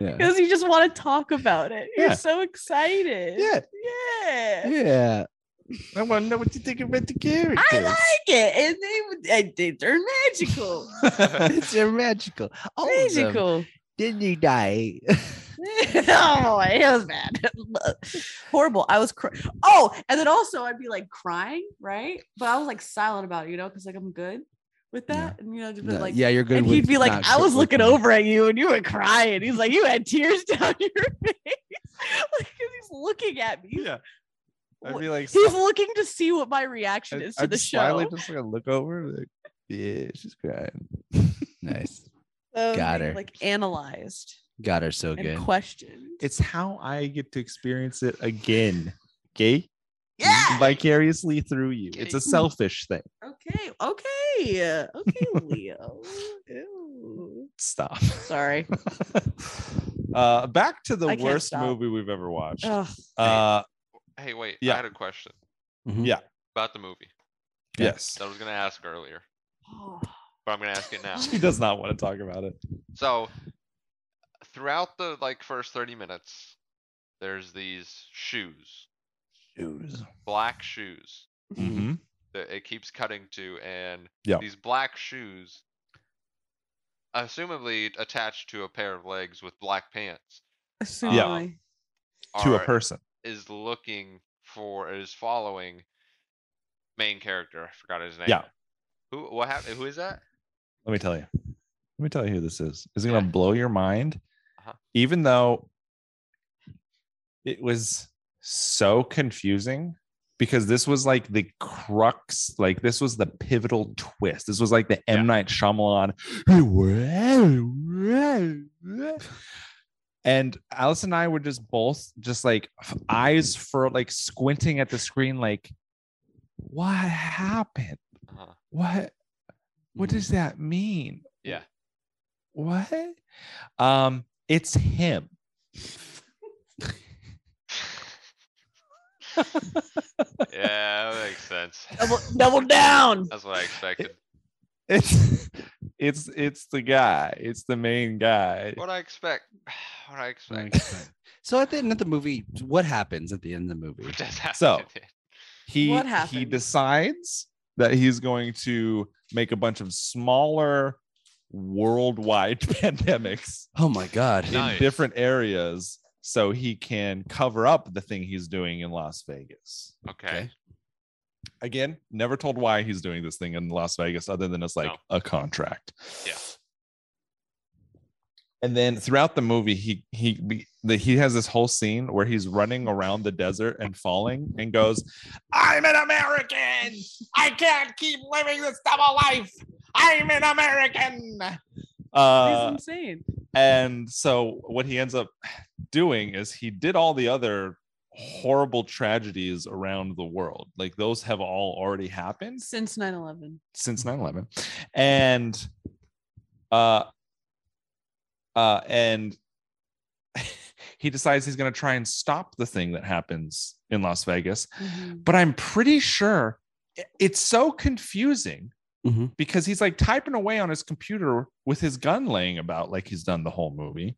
B: yeah,
A: because you just want to talk about it. You're
D: Yeah.
A: so excited.
D: Yeah.
A: yeah.
B: yeah.
D: I want to know what you think about the characters.
A: I like it, and they, and they they're magical.
B: it's uh, magical. All of them.
A: magical.
B: Didn't he die?
A: oh, it was bad. Horrible. I was cr- Oh, and then also I'd be like crying, right? But I was like silent about it, you know, because like I'm good with
B: Yeah.
A: that. And you know, just been
B: No,
A: like
B: yeah, you're good.
A: and
B: with
A: he'd be like,
B: not
A: I
B: cr-
A: was looking
B: looking
A: over at you and you were crying. He's like, You had tears down your face. like, 'cause he's looking at me.
D: yeah. I'd be like,
A: He's
D: so-
A: looking to see what my reaction
D: I'd-
A: is to
D: I'd
A: the
D: just finally
A: show.
D: just like look over, like, yeah, she's crying.
B: Nice.
A: So
B: Got
A: being,
B: her.
A: Um, Like analyzed
B: Got her so
A: and
B: good.
A: questioned.
D: It's how I get to experience it again. Okay.
A: yeah.
D: Vicariously through you. It's a
C: Okay.
D: selfish thing.
A: Okay. Okay. Okay, Leo. Ew.
D: Stop.
A: Sorry.
D: Uh, back to the
A: I can't
D: worst
A: stop. Oh.
D: movie we've ever watched.
A: Ugh.
D: Uh,
C: hey, wait.
D: Yeah. Mm-hmm.
C: I had a question
B: Mhm.
D: yeah.
C: about the movie
B: Yeah.
D: yes.
C: that I was gonna ask earlier,
A: Oh,
C: but I'm gonna ask it now.
D: She does not want to talk about it.
C: So throughout the like first 30 minutes, there's these shoes,
B: Shoes.
C: black shoes
D: Mm-hmm.
C: that it keeps cutting to and
D: Yeah.
C: these black shoes assumably attached to a pair of legs with black pants
A: assumably.
D: To a
C: are-
D: person.
C: is looking for is following main character. I forgot his name.
D: Yeah.
C: Who what happened? Who is that?
D: Let me tell you. Let me tell you who this is. It's gonna
C: Yeah.
D: blow your mind.
C: Uh-huh.
D: Even though it was so confusing because this was like the crux, like this was the pivotal twist. This was like the M Night Shyamalan. And Alice and I were just both just like f- eyes for like squinting at the screen, like, what happened?
C: Uh-huh.
D: What what does that mean?
C: Yeah.
D: What? Um, it's him.
C: yeah, that makes sense.
A: Double, double down.
C: That's what I expected.
D: It's it's it's the guy. It's the main guy.
C: What I expect. What I expect.
B: Right. so at the end of the movie, what happens at the end of the movie?
C: What does happen
D: So,
C: at the end?
D: He
A: What
D: he
A: happened?
D: decides that he's going to make a bunch of smaller worldwide pandemics
B: Oh my god.
C: No. Nice.
D: in different areas so he can cover up the thing he's doing in Las Vegas.
C: okay.
D: again, never told why he's doing this thing in Las Vegas other than it's like
C: No.
D: a contract.
C: Yeah.
D: And then throughout the movie, he he be- the, he has this whole scene where he's running around the desert and falling and goes, "I'm an American. I can't keep living this double life. I'm an American." Uh,
A: He's insane.
D: and so what he ends up doing is he did all the other horrible tragedies around the world. Like those have all already happened
A: since 9-11
D: since 9-11 and uh uh and he decides he's going to try and stop the thing that happens in las vegas
A: Mhm.
D: but i'm pretty sure i- it's so confusing
B: Mhm.
D: because he's like typing away on his computer with his gun laying about like he's done the whole movie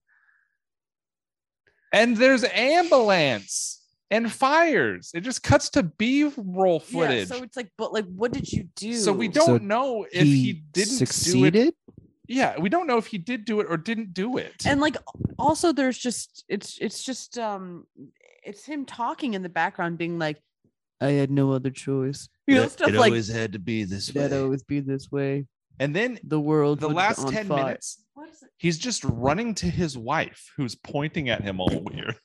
D: and there's ambulance and fires it just cuts to b-roll footage
A: Yeah, so it's like, but like, what did you do?
D: so we don't
B: So
D: know if he, didn't do it.
B: succeeded.
D: Yeah, we don't know if he did do it or didn't do it.
A: And like, also, there's just it's it's just um, it's him talking in the background, being like, I had no other choice. You know, stuff like
B: had to be this
A: that. Always be this way.
D: and then
A: The world.
D: the
A: would be
D: last
A: on
D: 10
A: fire."
D: minutes,
A: What is it?
D: he's just running to his wife who's pointing at him all weird.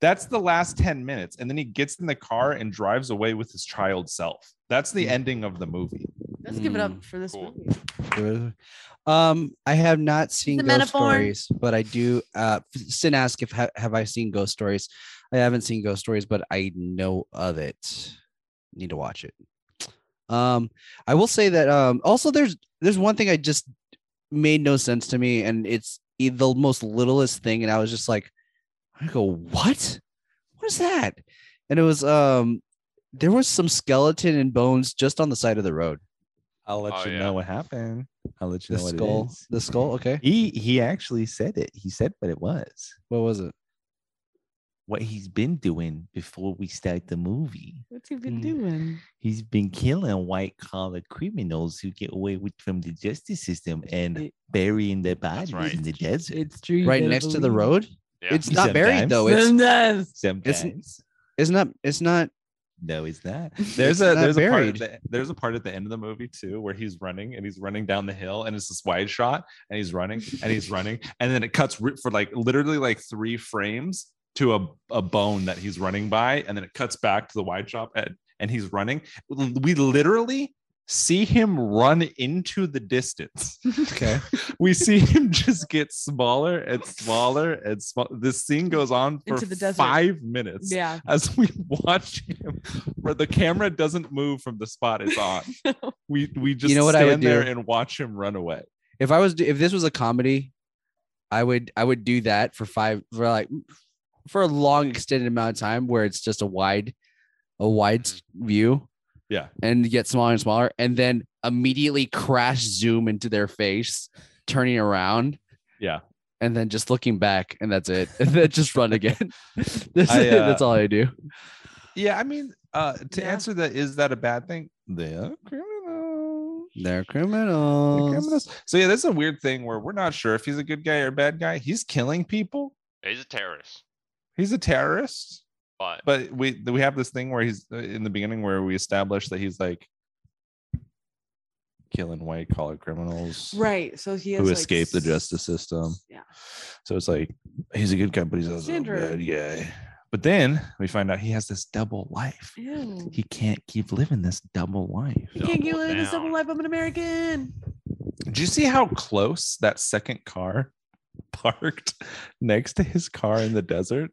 D: That's the last 10 minutes. And then he gets in the car and drives away with his child self. That's the ending of the movie.
A: Let's give it up
B: Mm,
A: for this
C: cool.
A: movie.
B: Um, I have not seen
A: The
B: Ghost
A: Metaphor.
B: Stories, but I do. Uh, Sin asked if ha- have I seen Ghost Stories. I haven't seen Ghost Stories, but I know of it. Need to watch it. Um, I will say that. Um, also there's there's one thing I just made no sense to me, and it's e- the most littlest thing, and I was just like, I go, what? What is that? And it was um, there was some skeleton and bones just on the side of the road.
D: I'll let
C: Oh,
D: you
C: yeah.
D: know what happened. I'll let you
B: The
D: know what it
B: skull.
D: is.
B: The skull. Okay.
D: He he actually said it. He said what it was.
B: What was it?
D: What he's been doing before we start the movie.
A: What's he been
B: Mm.
A: doing?
D: he's been killing white collar criminals who get away with from the justice system and
A: It-
D: burying their bodies
C: right.
D: in the desert.
A: It's true.
B: right next to the road.
C: Yeah.
B: It's not buried
D: Sometimes.
B: though. It's
A: It's,
D: Sometimes,
B: it's not it's not
D: no, he's not.
B: It's
D: There's a
B: not
D: there's a part
B: buried.
D: at the, there's a part at the end of the movie too where he's running and he's running down the hill and it's this wide shot and he's running and he's running and then it cuts ri- for like literally like three frames to a, a bone that he's running by and then it cuts back to the wide shot and, and he's running. We literally see him run into the distance.
B: okay.
D: we see him just get smaller and smaller and small. This scene goes on for
A: Into the desert.
D: five minutes
A: yeah.
D: as we watch him, where the camera doesn't move from the spot it's on. We we just
B: know what I
D: stand
B: would
D: there
B: do?
D: and watch him run away.
B: If I was if this was a comedy, I would I would do that for five for like for a long extended amount of time where it's just a wide a wide s- view
D: Mm-hmm. Yeah,
B: and get smaller and smaller and then immediately crash zoom into their face, turning around.
D: Yeah.
B: And then just looking back and that's it. And then just run again. This-
D: I, uh,
B: that's all I do.
D: yeah. I mean, uh, to
A: Yeah.
D: answer that, is that a bad thing? The criminal.
B: They're
D: They're
B: criminals.
D: criminals. So yeah, this is a weird thing where we're not sure if he's a good guy or a bad guy. He's killing people.
C: He's a terrorist,
D: He's a terrorist.
C: but
D: but we we have this thing where he's uh, in the beginning where we establish that he's like killing white collar criminals
A: Right. So he has
D: who
A: like,
D: escaped the justice system.
A: Yeah.
D: So it's like he's a good guy, but he's also
A: Sandra.
D: a bad guy. But then we find out he has this double life.
A: Ew.
D: He can't keep living this double life.
A: I can't get
C: Double
A: away with this double
C: down.
A: life. I'm an American.
D: Do you see how close that second car parked next to his car in the desert?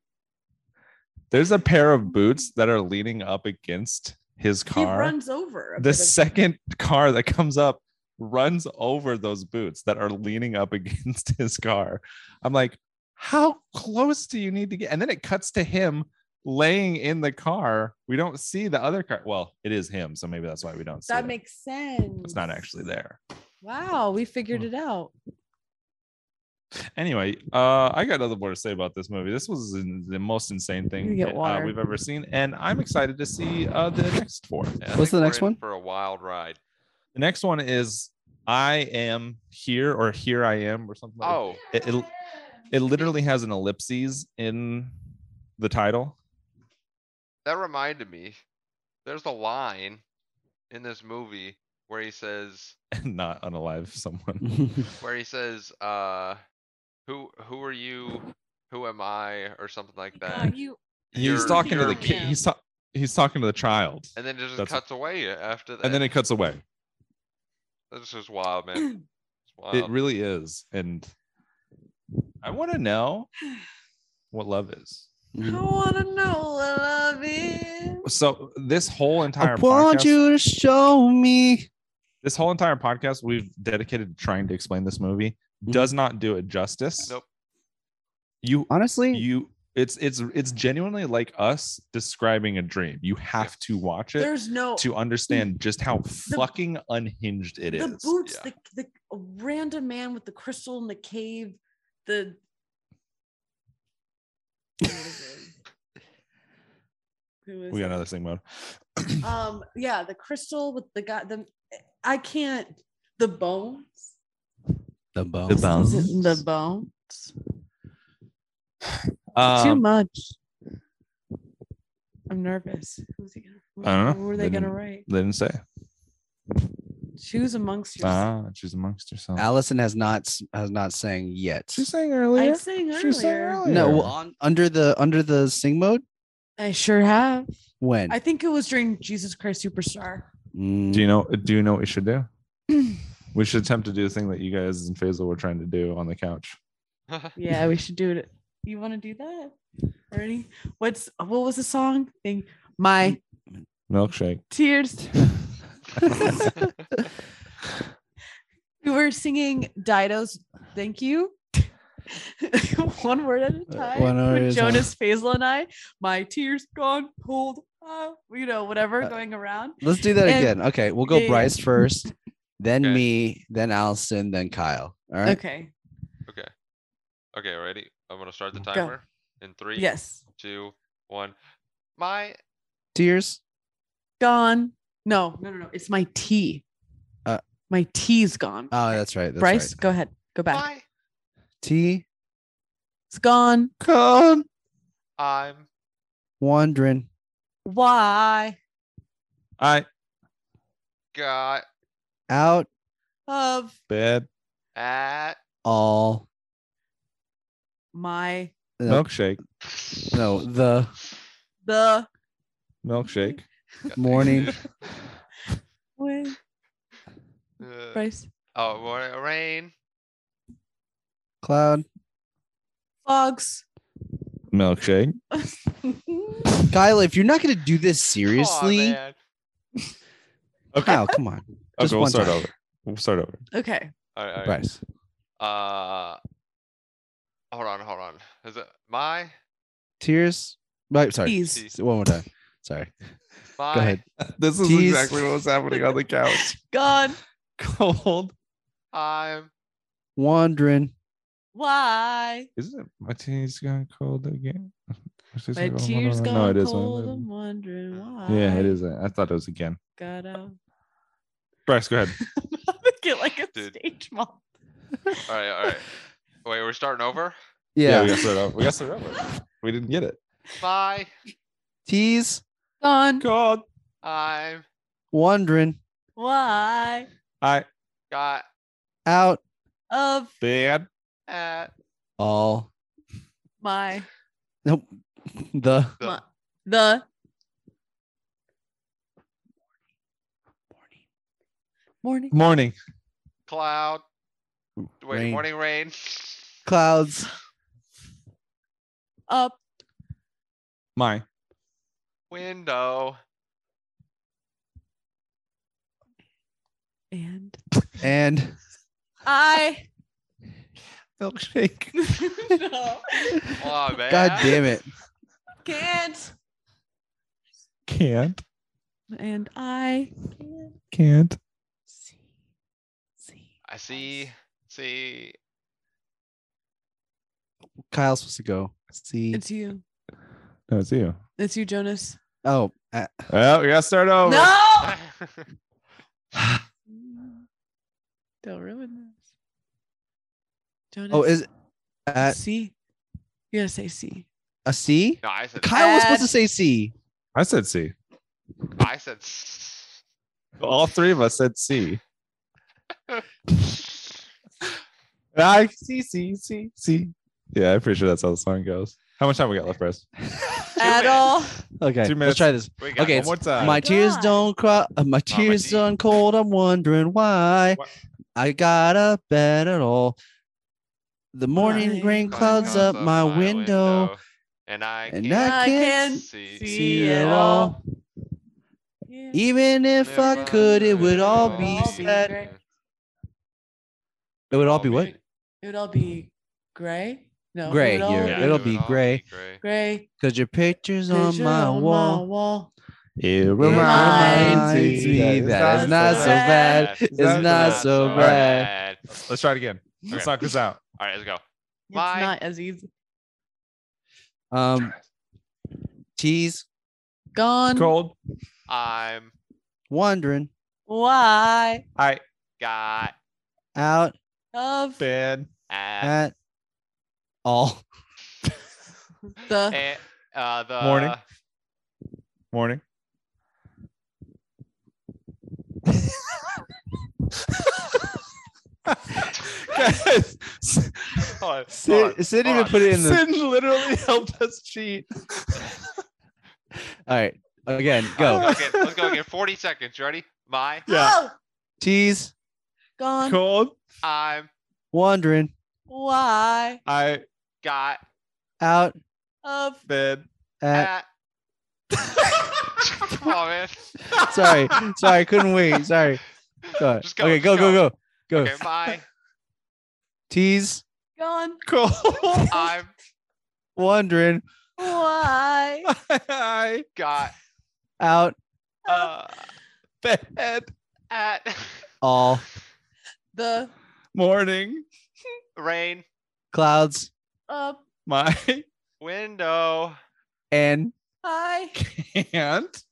D: There's a pair of boots that are leaning up against his car.
A: He runs over. a
D: the
A: bit of-
D: second car that comes up runs over those boots that are leaning up against his car. I'm like, how close do you need to get? And then it cuts to him laying in the car. We don't see the other car. Well, it is him, so maybe that's why we don't see.
A: That
D: it.
A: makes sense.
D: it's not actually Hmm. there.
A: Wow, we figured it out.
D: Anyway, uh, I got nothing more to say about this movie. This was in- the most insane
A: You
D: thing
A: get
D: uh,
A: water.
D: we've ever seen, and I'm excited to see uh, the next four.
C: I
B: What's
C: think
B: the
C: we're
B: next
C: in
B: one?
C: For a wild ride.
D: The next one is I am here or here I am or something. Like
C: Oh,
D: it, it, it literally has an ellipses in the title.
C: that reminded me. There's a line in this movie where he says,
D: and Not unalive someone.
C: where he says, uh, who who are you? Who am I? Or something like that.
A: Oh God, you
D: He's
C: You're-
D: talking to the
C: you're
D: kid.
C: me.
D: He's, ta- he's talking to the child.
C: And then it just
D: That's-
C: cuts away after that.
D: And then it cuts away.
C: That's just wild, man. It's wild.
D: It really is. And I want to know what love is.
A: I wanna know what love is.
D: So this whole
B: I
D: entire
B: want
D: podcast,
B: you to show me.
D: this whole entire podcast we've dedicated to trying to explain this movie does not do it justice.
C: Nope.
D: You
B: Honestly,
D: you it's it's it's genuinely like us describing a dream. You have to watch it
A: There's no
D: to understand just how fucking unhinged it
A: the
D: is.
A: boots,
C: yeah.
A: the the random man with the crystal in the cave, the What is it? Who is
D: We got
A: it?
D: another thing mode.
A: um yeah the crystal with the guy the i can't the bones
B: the bones.
D: bones.
A: the bones too
D: Um,
A: much i'm nervous who's he gonna
D: I don't know.
A: who are they
D: They
A: gonna
D: didn't-
A: write
D: they didn't say.
A: choose amongst yourselves
D: Ah, she's amongst herself.
B: Allison has not s- has not sang yet.
D: She's saying
A: i'm
D: earlier.
A: saying
D: She was saying
A: earlier
D: earlier.
B: No,
D: Yeah.
B: well, on, under the under the sing mode.
A: i sure have
B: When?
A: i think it was during jesus christ superstar
B: Mm,
D: Do you know? Do you know what we should do? we should attempt to do the thing that you guys and Faisal were trying to do on the couch.
A: yeah we should do it you want to do that Ernie? what's what was the song thing my
D: Milkshake.
A: tears we were singing Dido's Thank You. one word at a time.
B: Uh, one word
A: with
B: at a time.
A: Jonas Faisal and I, my tears gone cold, uh, you know, whatever
B: Uh,
A: going around.
B: Let's do that
A: And-
B: again. Okay, we'll go
A: Yeah, yeah, yeah.
B: Bryce first, then
C: Okay.
B: me, then Allison, then Kyle. All right.
A: Okay.
C: okay. Okay, ready? I'm gonna start the
A: Go.
C: timer in three,
A: Yes.
C: two, one. My
B: Tears.
A: Gone. No, no, no, no. It's my tea.
B: Uh,
A: my tea's gone.
B: Oh, that's right. That's
A: Bryce,
B: right.
A: go ahead. Go back.
C: my
B: T.
A: It's gone.
B: Come
C: I'm
B: wandering.
A: Why?
D: I
C: got
B: out
A: Of
D: bad
C: at
B: all
A: my
B: the,
D: milkshake.
B: no the
A: the
D: Milkshake.
B: morning
A: way.
C: Uh,
A: Bryce.
C: Oh, wa- rain.
B: cloud
A: Fogs.
D: Milkshake.
B: kyle if you're not gonna do this
C: Aw,
B: seriously
C: man.
D: Okay.
B: kyle come on Just
D: okay, we'll
B: one
D: start
B: time.
D: over. We'll start over.
A: okay.
C: All right, all right.
B: bryce
C: Uh, hold on, hold on. Is it my
B: tears right sorry
A: Please.
C: Tease.
B: one more time sorry
C: my
B: go ahead
D: This is
B: Tease.
D: exactly what was happening on the couch.
A: Gone.
D: Cold.
C: I'm
B: wandering
A: Why?
D: Isn't my tea's gone cold again? My tea's
A: My
D: gone cold
A: tears
D: again?
A: gone
D: No, it is.
A: cold. I'm wondering why.
D: Yeah, it is. I thought it was again.
A: Got out.
D: Bryce, go ahead.
A: Get like a
C: Dude.
A: stage mom.
C: all right, all right. Wait, we're starting over.
B: yeah,
D: we got to start over. We got to start over. We didn't get it.
C: My
B: tease
A: Gone.
D: Cold.
C: I'm
B: wandering
A: Why?
D: I
C: got
B: out
A: Of
D: bad
C: at
B: all
A: my
B: nope the
C: The-
A: my- the morning.
D: morning.
C: cloud. Wait,
B: rain.
C: morning rain.
B: clouds
A: Up
D: My
C: Window.
A: and
B: and
A: I.
B: milkshake
A: no.
C: Oh man.
B: god damn it
A: Can't.
D: can't
A: And I. Can't
D: can't
A: see. See.
C: I see. See.
B: kyle's supposed to go see
A: It's you.
D: No, it's you.
A: It's you, Jonas.
B: oh uh,
D: Well, we gotta start
C: Oh,
D: over.
A: No.
C: I
A: Don't ruin this. Jonas.
B: oh is at
A: C? You gotta say C.
B: a c
C: no, I said.
B: kyle was supposed
A: At-
B: to say c
D: I said C.
C: I said. s-
D: All three of us said C. I C C C C. Yeah, I'm pretty sure that's how the song goes. How much time we got left, Bryce?
A: At
C: minutes.
A: all.
B: okay
D: Two
B: let's try this
C: We got
B: Okay,
D: One more time.
B: my
A: My
B: tears
A: God.
B: don't cry. uh, my tears
C: tears.
B: don't cold. I'm wondering why.
D: What?
B: I got up bed at all. The
A: Why?
B: morning rain
A: Why
B: clouds
A: clouds
B: up my window,
C: and I
B: And
C: can't
B: I can
C: see.
A: see
B: see
A: it
B: it all. Even if I could, it would all be
A: all be
B: sad.
A: great.
B: It would all be what?
A: It would all be gray. No,
B: Gray,
A: It would all
B: yeah.
A: be
B: It'll
C: would
B: be
C: all
B: gray.
C: gray.
A: gray.
B: Cause your picture's on
A: picture
B: my
A: on my
B: wall.
A: wall.
D: It
A: reminds
B: reminds me that it's not so bad. It's
D: not
B: not
D: so
B: so
D: bad.
B: bad.
D: Let's try it again. Let's knock this out.
C: All right, let's go.
A: It's
C: My-
A: not as easy.
B: Um, tease
A: Gone.
D: Cold.
C: I'm
B: wandering
A: Why
D: I
C: got
B: out
A: of
D: bad.
C: at,
B: at all.
A: the
C: eh, uh, the
D: Morning. Morning. Guys, Sid,
C: Hold on, hold on,
B: Sid, Sid
C: hold
B: even
C: on.
B: put it in the.
D: literally helped us cheat.
B: All right, again,
C: All
B: go.
D: Ah,
C: right, let's go again. Let's go again. 40 seconds. You ready? My,
D: Yeah.
A: oh,
B: Tease
A: gone.
D: Cold.
C: I'm
B: wandering
A: Why
B: Ah.
D: I
C: got
B: out
A: of
D: bad.
B: at.
C: at. Come on, man.
B: Sorry, sorry, couldn't wait. Sorry. Sorry.
C: Just go,
B: okay,
C: just
B: go, go, go, go.
C: Okay, my,
B: Tease
A: gone.
D: Cold.
C: I'm
B: wandering
A: Why
D: I
C: got
B: out
C: uh,
D: bad.
C: at
B: all
A: the
D: Morning.
C: rain
B: clouds
A: up
D: My
C: window.
B: and
A: I
D: can't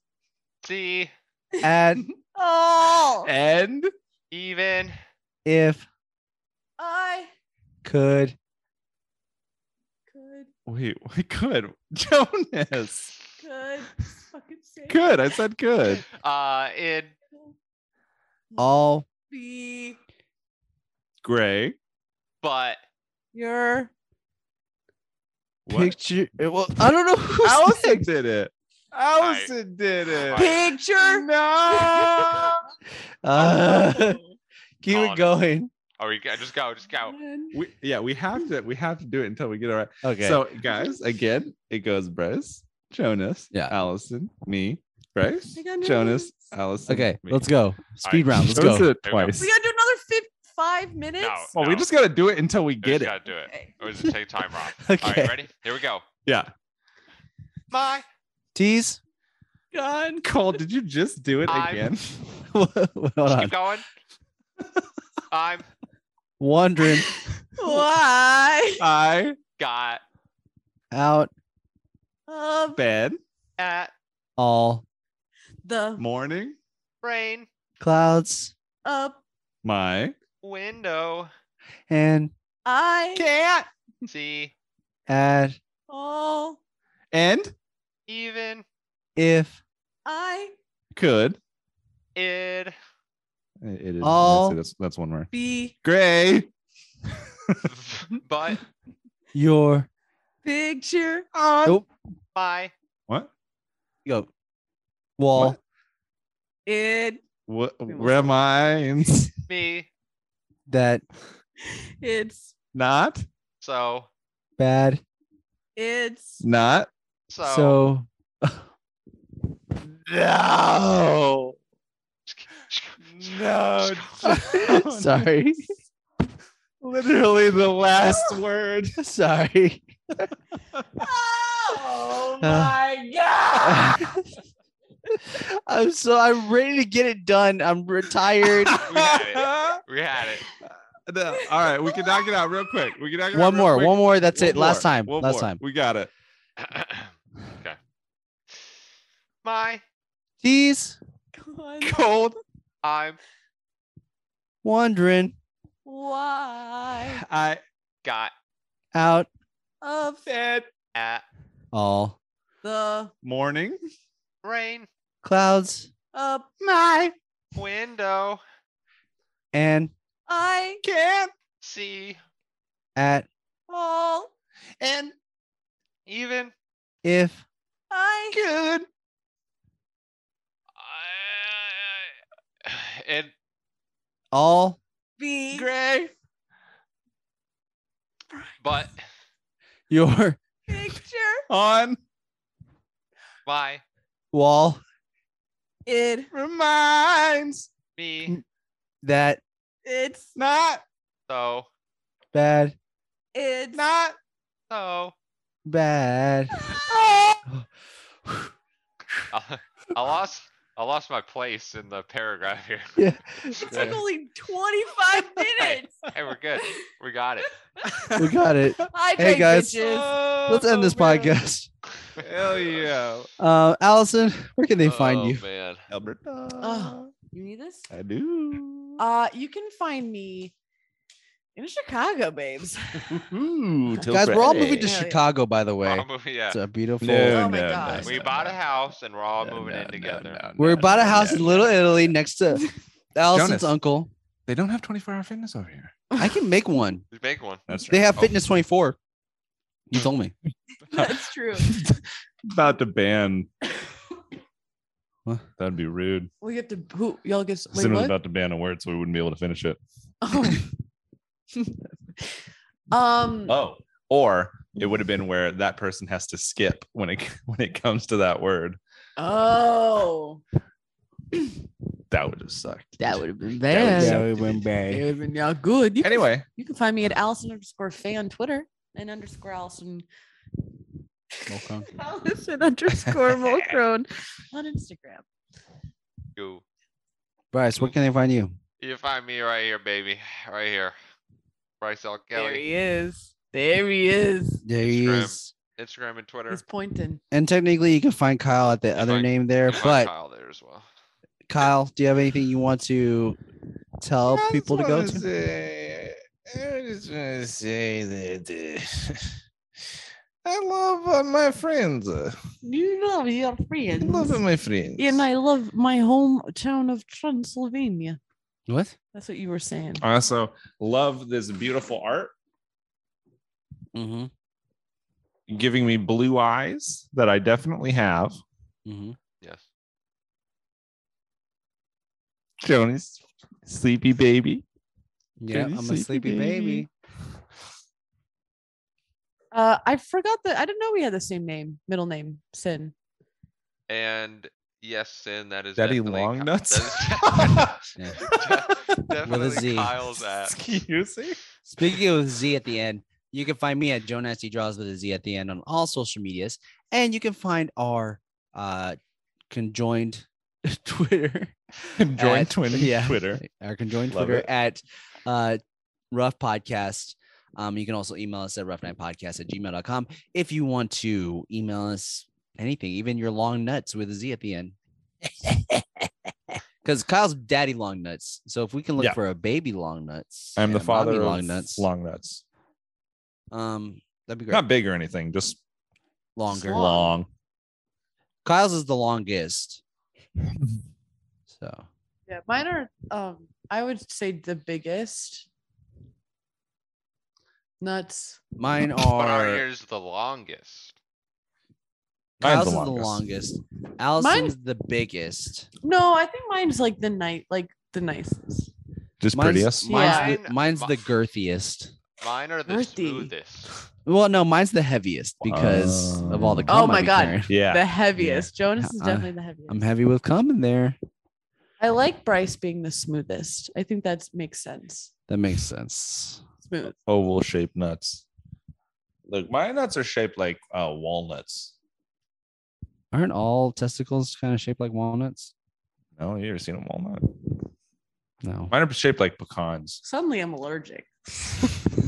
C: See,
B: and
A: all
D: Eh. end.
C: even
B: if
A: I
B: could
A: could
D: Wait, we could. Jonas.
A: could fucking say
D: Good. I said good.
C: uh, in
B: all
A: be
D: Gray.
C: but
A: your
D: What?
B: picture. eh, Well, I don't know who
D: Allison
B: said-
D: did it. Allison did it.
A: picture.
D: No.
B: Uh, keep
C: Oh.
B: it going.
C: oh, we go- just go, just go.
D: We, yeah, we have to. We have to do it until we get it right.
B: Okay.
D: So, guys, again, it goes Bryce, Jonas,
B: Yeah.
D: Allison, me, Bryce,
A: I got
D: Jonas,
A: nervous.
D: Allison.
B: okay,
D: me.
B: let's go. Speed round. Let's
D: Don't
B: go.
D: sit
C: There we go.
D: twice.
A: We gotta do another fif- five minutes.
C: No,
D: Well,
C: no.
D: we just gotta do it until we get
C: just
D: it.
C: Gotta do it.
A: Okay.
C: Or does it take time off? All
B: Okay.
C: right, ready? Here we go.
D: Yeah.
C: My
B: Tease.
D: God, Cole, did you just do it
C: I'm-
D: again?
B: Hold
C: just
B: on.
C: keep going. I'm
B: Wandering
A: Why
D: I
C: got
B: out
A: of
D: bed
C: at
B: all
A: the
D: morning.
C: rain
B: clouds
A: up
D: My
C: window.
B: and
A: I
D: cat
C: See,
B: at
A: all
D: and
C: even
B: if
A: I
D: could.
C: it
D: It it is
B: All-
D: that's, that's, that's one more.
A: be
D: Gray.
C: but
B: your
A: picture
D: on
B: Nope.
C: my
D: What?
B: go wall
D: What?
A: in
D: What
A: almost
D: reminds
C: me
B: that
A: it's
D: not
C: so
B: bad
A: it's
D: not
C: so,
D: Oh.
B: so
D: no no Jonas.
B: sorry
D: literally the last word
B: sorry
A: Oh
B: my i'm so i'm ready to get it done i'm retired
C: We had we had it.
D: No, all right we can knock it out real quick we can knock it out
B: one
D: real
B: more
D: quick.
B: one more that's
D: One
B: it last
D: more,
B: time
D: one
B: last
D: more.
B: time
D: we got it
C: okay. My
B: he's
A: God.
D: cold
C: I'm
B: wandering
A: Why
D: i
C: got
B: out
A: of
D: said
C: at
B: all
A: the
D: morning
C: rain
B: clouds
A: up
B: my
C: window.
B: and
A: I
D: can't
C: See
B: at
A: all
D: and
C: even
B: if
A: I
D: good
C: uh, and
B: all
A: be
D: gray
C: but
B: your
A: picture
D: on
C: Why
B: Wall
A: It
D: reminds
C: me
B: that
A: it's
D: not
C: so
B: bad,
A: it's
D: not
C: so.
B: bad.
A: Oh,
C: I lost I lost my place in the paragraph here.
B: Yeah.
A: It
C: Yeah.
A: took only 25 minutes.
C: Hey, we're good. We got it.
B: we got it.
A: Hi,
B: Hey,
A: great
B: guys.
A: bitches.
C: Oh,
B: Let's end this
D: Oh,
B: podcast.
D: Hell yeah,
B: Uh, Allison, where can they find
C: Oh,
B: you?
C: man.
D: Albert.
A: Oh. You need this?
D: I do.
A: Uh, you can find me in Chicago, babes.
D: Ooh, till
B: Guys, we're all
D: Friday.
B: moving to
A: Hell yeah.
B: Chicago, by the way.
C: I'll move- yeah.
B: It's a beautiful.
D: Oh, No,
A: Oh my
D: no,
A: God.
D: no,
C: we
D: no,
C: bought
D: no.
C: a house and we're all
D: No,
C: moving
D: no,
C: in
D: no,
C: together.
D: no,
B: We're
D: no,
B: bought a
D: no,
B: house
D: no,
B: in Little
D: no.
B: Italy next to Allison's
D: Jonas.
B: uncle.
D: They don't have 24 hour fitness over here.
B: I can make one.
C: Just Make one.
D: That's
B: They have
D: Oh.
B: Fitness 24. You told me.
A: That's true.
D: About to ban.
B: What?
D: That'd be rude.
A: We have to who y'all get wait,
D: Sin was
A: what?
D: about to ban a word, so we wouldn't be able to finish it.
A: Oh. um
D: Oh, or it would have been where that person has to skip when it when it comes to that word.
A: oh
D: That would have sucked.
A: that would have been
D: Yeah.
A: bad.
D: Yeah.
A: It
D: went
A: would have been not good. You can-
D: Anyway,
A: you can find me at Allison underscore Faye on Twitter and underscore Allison Allison underscore Mulcrone on Instagram.
C: You
B: Bryce, where can they find you?
C: you find me right here, baby. Right here. Bryce L.
A: There
C: Kelly.
A: he is. There he is.
B: There he
C: Instagram.
B: is.
C: Instagram and Twitter.
A: He's pointing.
B: And technically, you can find Kyle at the
C: can
B: other
C: find-
B: name there.
C: You find
B: But
C: Kyle there as well.
B: Kyle, do you have anything you want to tell people to go to?
D: Say, I just want to say that uh, I love uh, my friends. Uh,
A: You love your friends.
D: my friends.
A: and I love my hometown of Transylvania.
B: What?
A: That's what you were saying.
D: I also love this beautiful art
B: Mm-hmm.
D: giving me blue eyes that I definitely have.
B: Mm-hmm.
C: Yes.
D: Jonas, sleepy baby.
B: Yeah,
D: Pretty
B: I'm a sleepy baby.
A: Uh, I forgot that I didn't know we had the same name, middle name, Sin.
C: And yes, Sin, that is
D: Daddy
C: definitely
D: long
C: Ky-
D: nuts.
C: that is
B: Yeah.
C: definitely
B: Z.
C: Kyle's at.
D: Excuse me.
B: Speaking of Z at the end, you can find me at Joe Nasty Draws with a Z at the end on all social medias. And you can find our uh conjoined Twitter.
D: Join
B: at-
D: Twitter.
B: yeah,
D: Twitter.
B: Our conjoined
D: Love
B: Twitter
D: it.
B: at uh rough podcast. Um, you can also email us at rough night podcast at gmail.com if you want to email us anything, even your long nuts with a Z at the end. Because Kyle's daddy long nuts. So if we can look
D: Yeah.
B: for a baby long nuts,
D: I'm the
B: and a mommy
D: father of
B: long nuts.
D: Long nuts.
B: Um, that'd be great.
D: Not big or anything, just
B: Longer.
A: Long.
D: long.
B: Kyle's is the longest. So
A: Yeah, mine are. Um, I would say the biggest. Nuts.
B: mine
C: But our
B: are
C: ears the longest.
B: Kyle's is
D: Mine's the
B: the longest. Allison's the biggest.
A: No, I think mine's like the night, like the nicest.
D: Just
B: Mine's,
D: prettiest.
B: mine's,
A: Yeah.
B: the, mine's
C: Mine-
B: the girthiest.
C: Mine are the
A: Earthy.
C: smoothest.
B: Well, no, mine's the heaviest because of all the.
D: Oh
B: cum I
A: my
B: be
A: God.
B: carrying.
D: Yeah.
A: The heaviest. Jonas is
B: Uh,
A: definitely the heaviest.
B: I'm heavy with cum in there.
A: I like Bryce being the smoothest. I think that makes sense.
B: That makes sense.
A: Smooth.
D: Oval shaped nuts. Look, my nuts are shaped like uh, walnuts.
B: Aren't all testicles kind of shaped like walnuts?
D: No, you ever seen a walnut?
B: No.
D: Mine are shaped like pecans.
A: Suddenly, I'm allergic.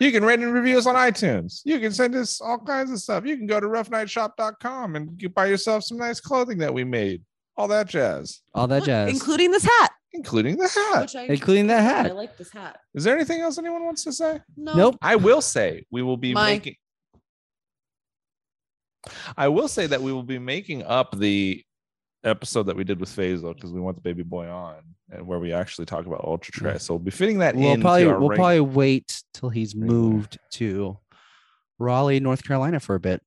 D: you can rate and review us on iTunes. You can send us all kinds of stuff. You can go to roughnightshop.com and you buy yourself some nice clothing that we made. All that jazz,
B: All that
A: Look,
B: jazz,
A: including this hat,
D: including the hat.
A: which I,
B: including that
A: I
B: hat.
A: like this hat.
D: Is there anything else anyone wants to say?
A: No,
B: Nope.
D: I will say we will be
A: My-
D: making. I will say that we will be making up the episode that we did with Faisal because we want the baby boy on and where we actually talk about Ultra Trace. So Mm. we'll be fitting that
B: We'll
D: into
B: probably
D: our
B: we'll
D: reg-
B: probably wait till he's
D: regular.
B: moved to Raleigh, North Carolina, for a bit.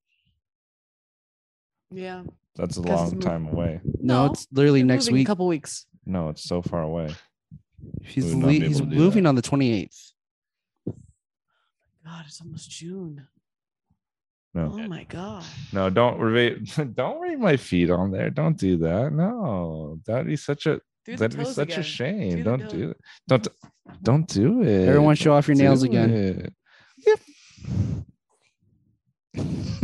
A: Yeah.
D: That's a
A: because it's
D: long time away.
A: No,
B: No, it's literally
A: They're
B: next
A: moving
B: week.
A: A couple weeks.
D: No, it's so far away.
B: He's
D: would not
B: le-
D: be able
B: he's
D: to do
B: moving
D: that.
B: on the 28th.
A: God, it's almost June.
D: No.
A: Oh my God.
D: No, don't read. Don't read my feet on there. Don't do that. No, that'd be such a
A: Through the
D: that'd be
A: toes
D: such
A: again.
D: a shame.
A: Do the
D: don't
A: toes.
D: do it. Don't don't do it.
B: Everyone, show off your nails
D: Do
B: again.
D: it.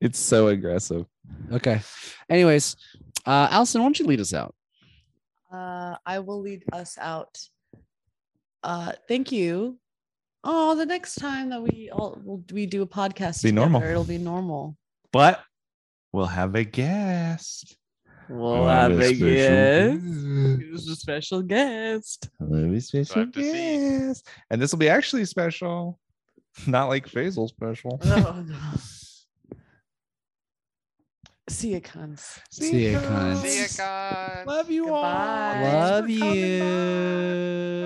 D: it's so aggressive.
B: Okay. Anyways, uh, Allison, why don't you lead us out?
A: Uh, I will lead us out. Uh, thank you. Oh, the next time that we all will we do a podcast
D: Be normal.
A: together, it'll be normal.
D: But we'll have a guest.
A: We'll
D: Oh, have a a special guest. guest.
A: Who's a special guest?
D: We'll have a special
C: to see.
D: guest. And this will be actually special. Not like Faisal special.
A: Oh no. See you, cunts.
B: See ya,
D: guys.
B: cunts.
C: See ya, guys.
D: Love you all.
A: Goodbye.
D: Thanks
B: Love
D: for coming
B: you.
D: by.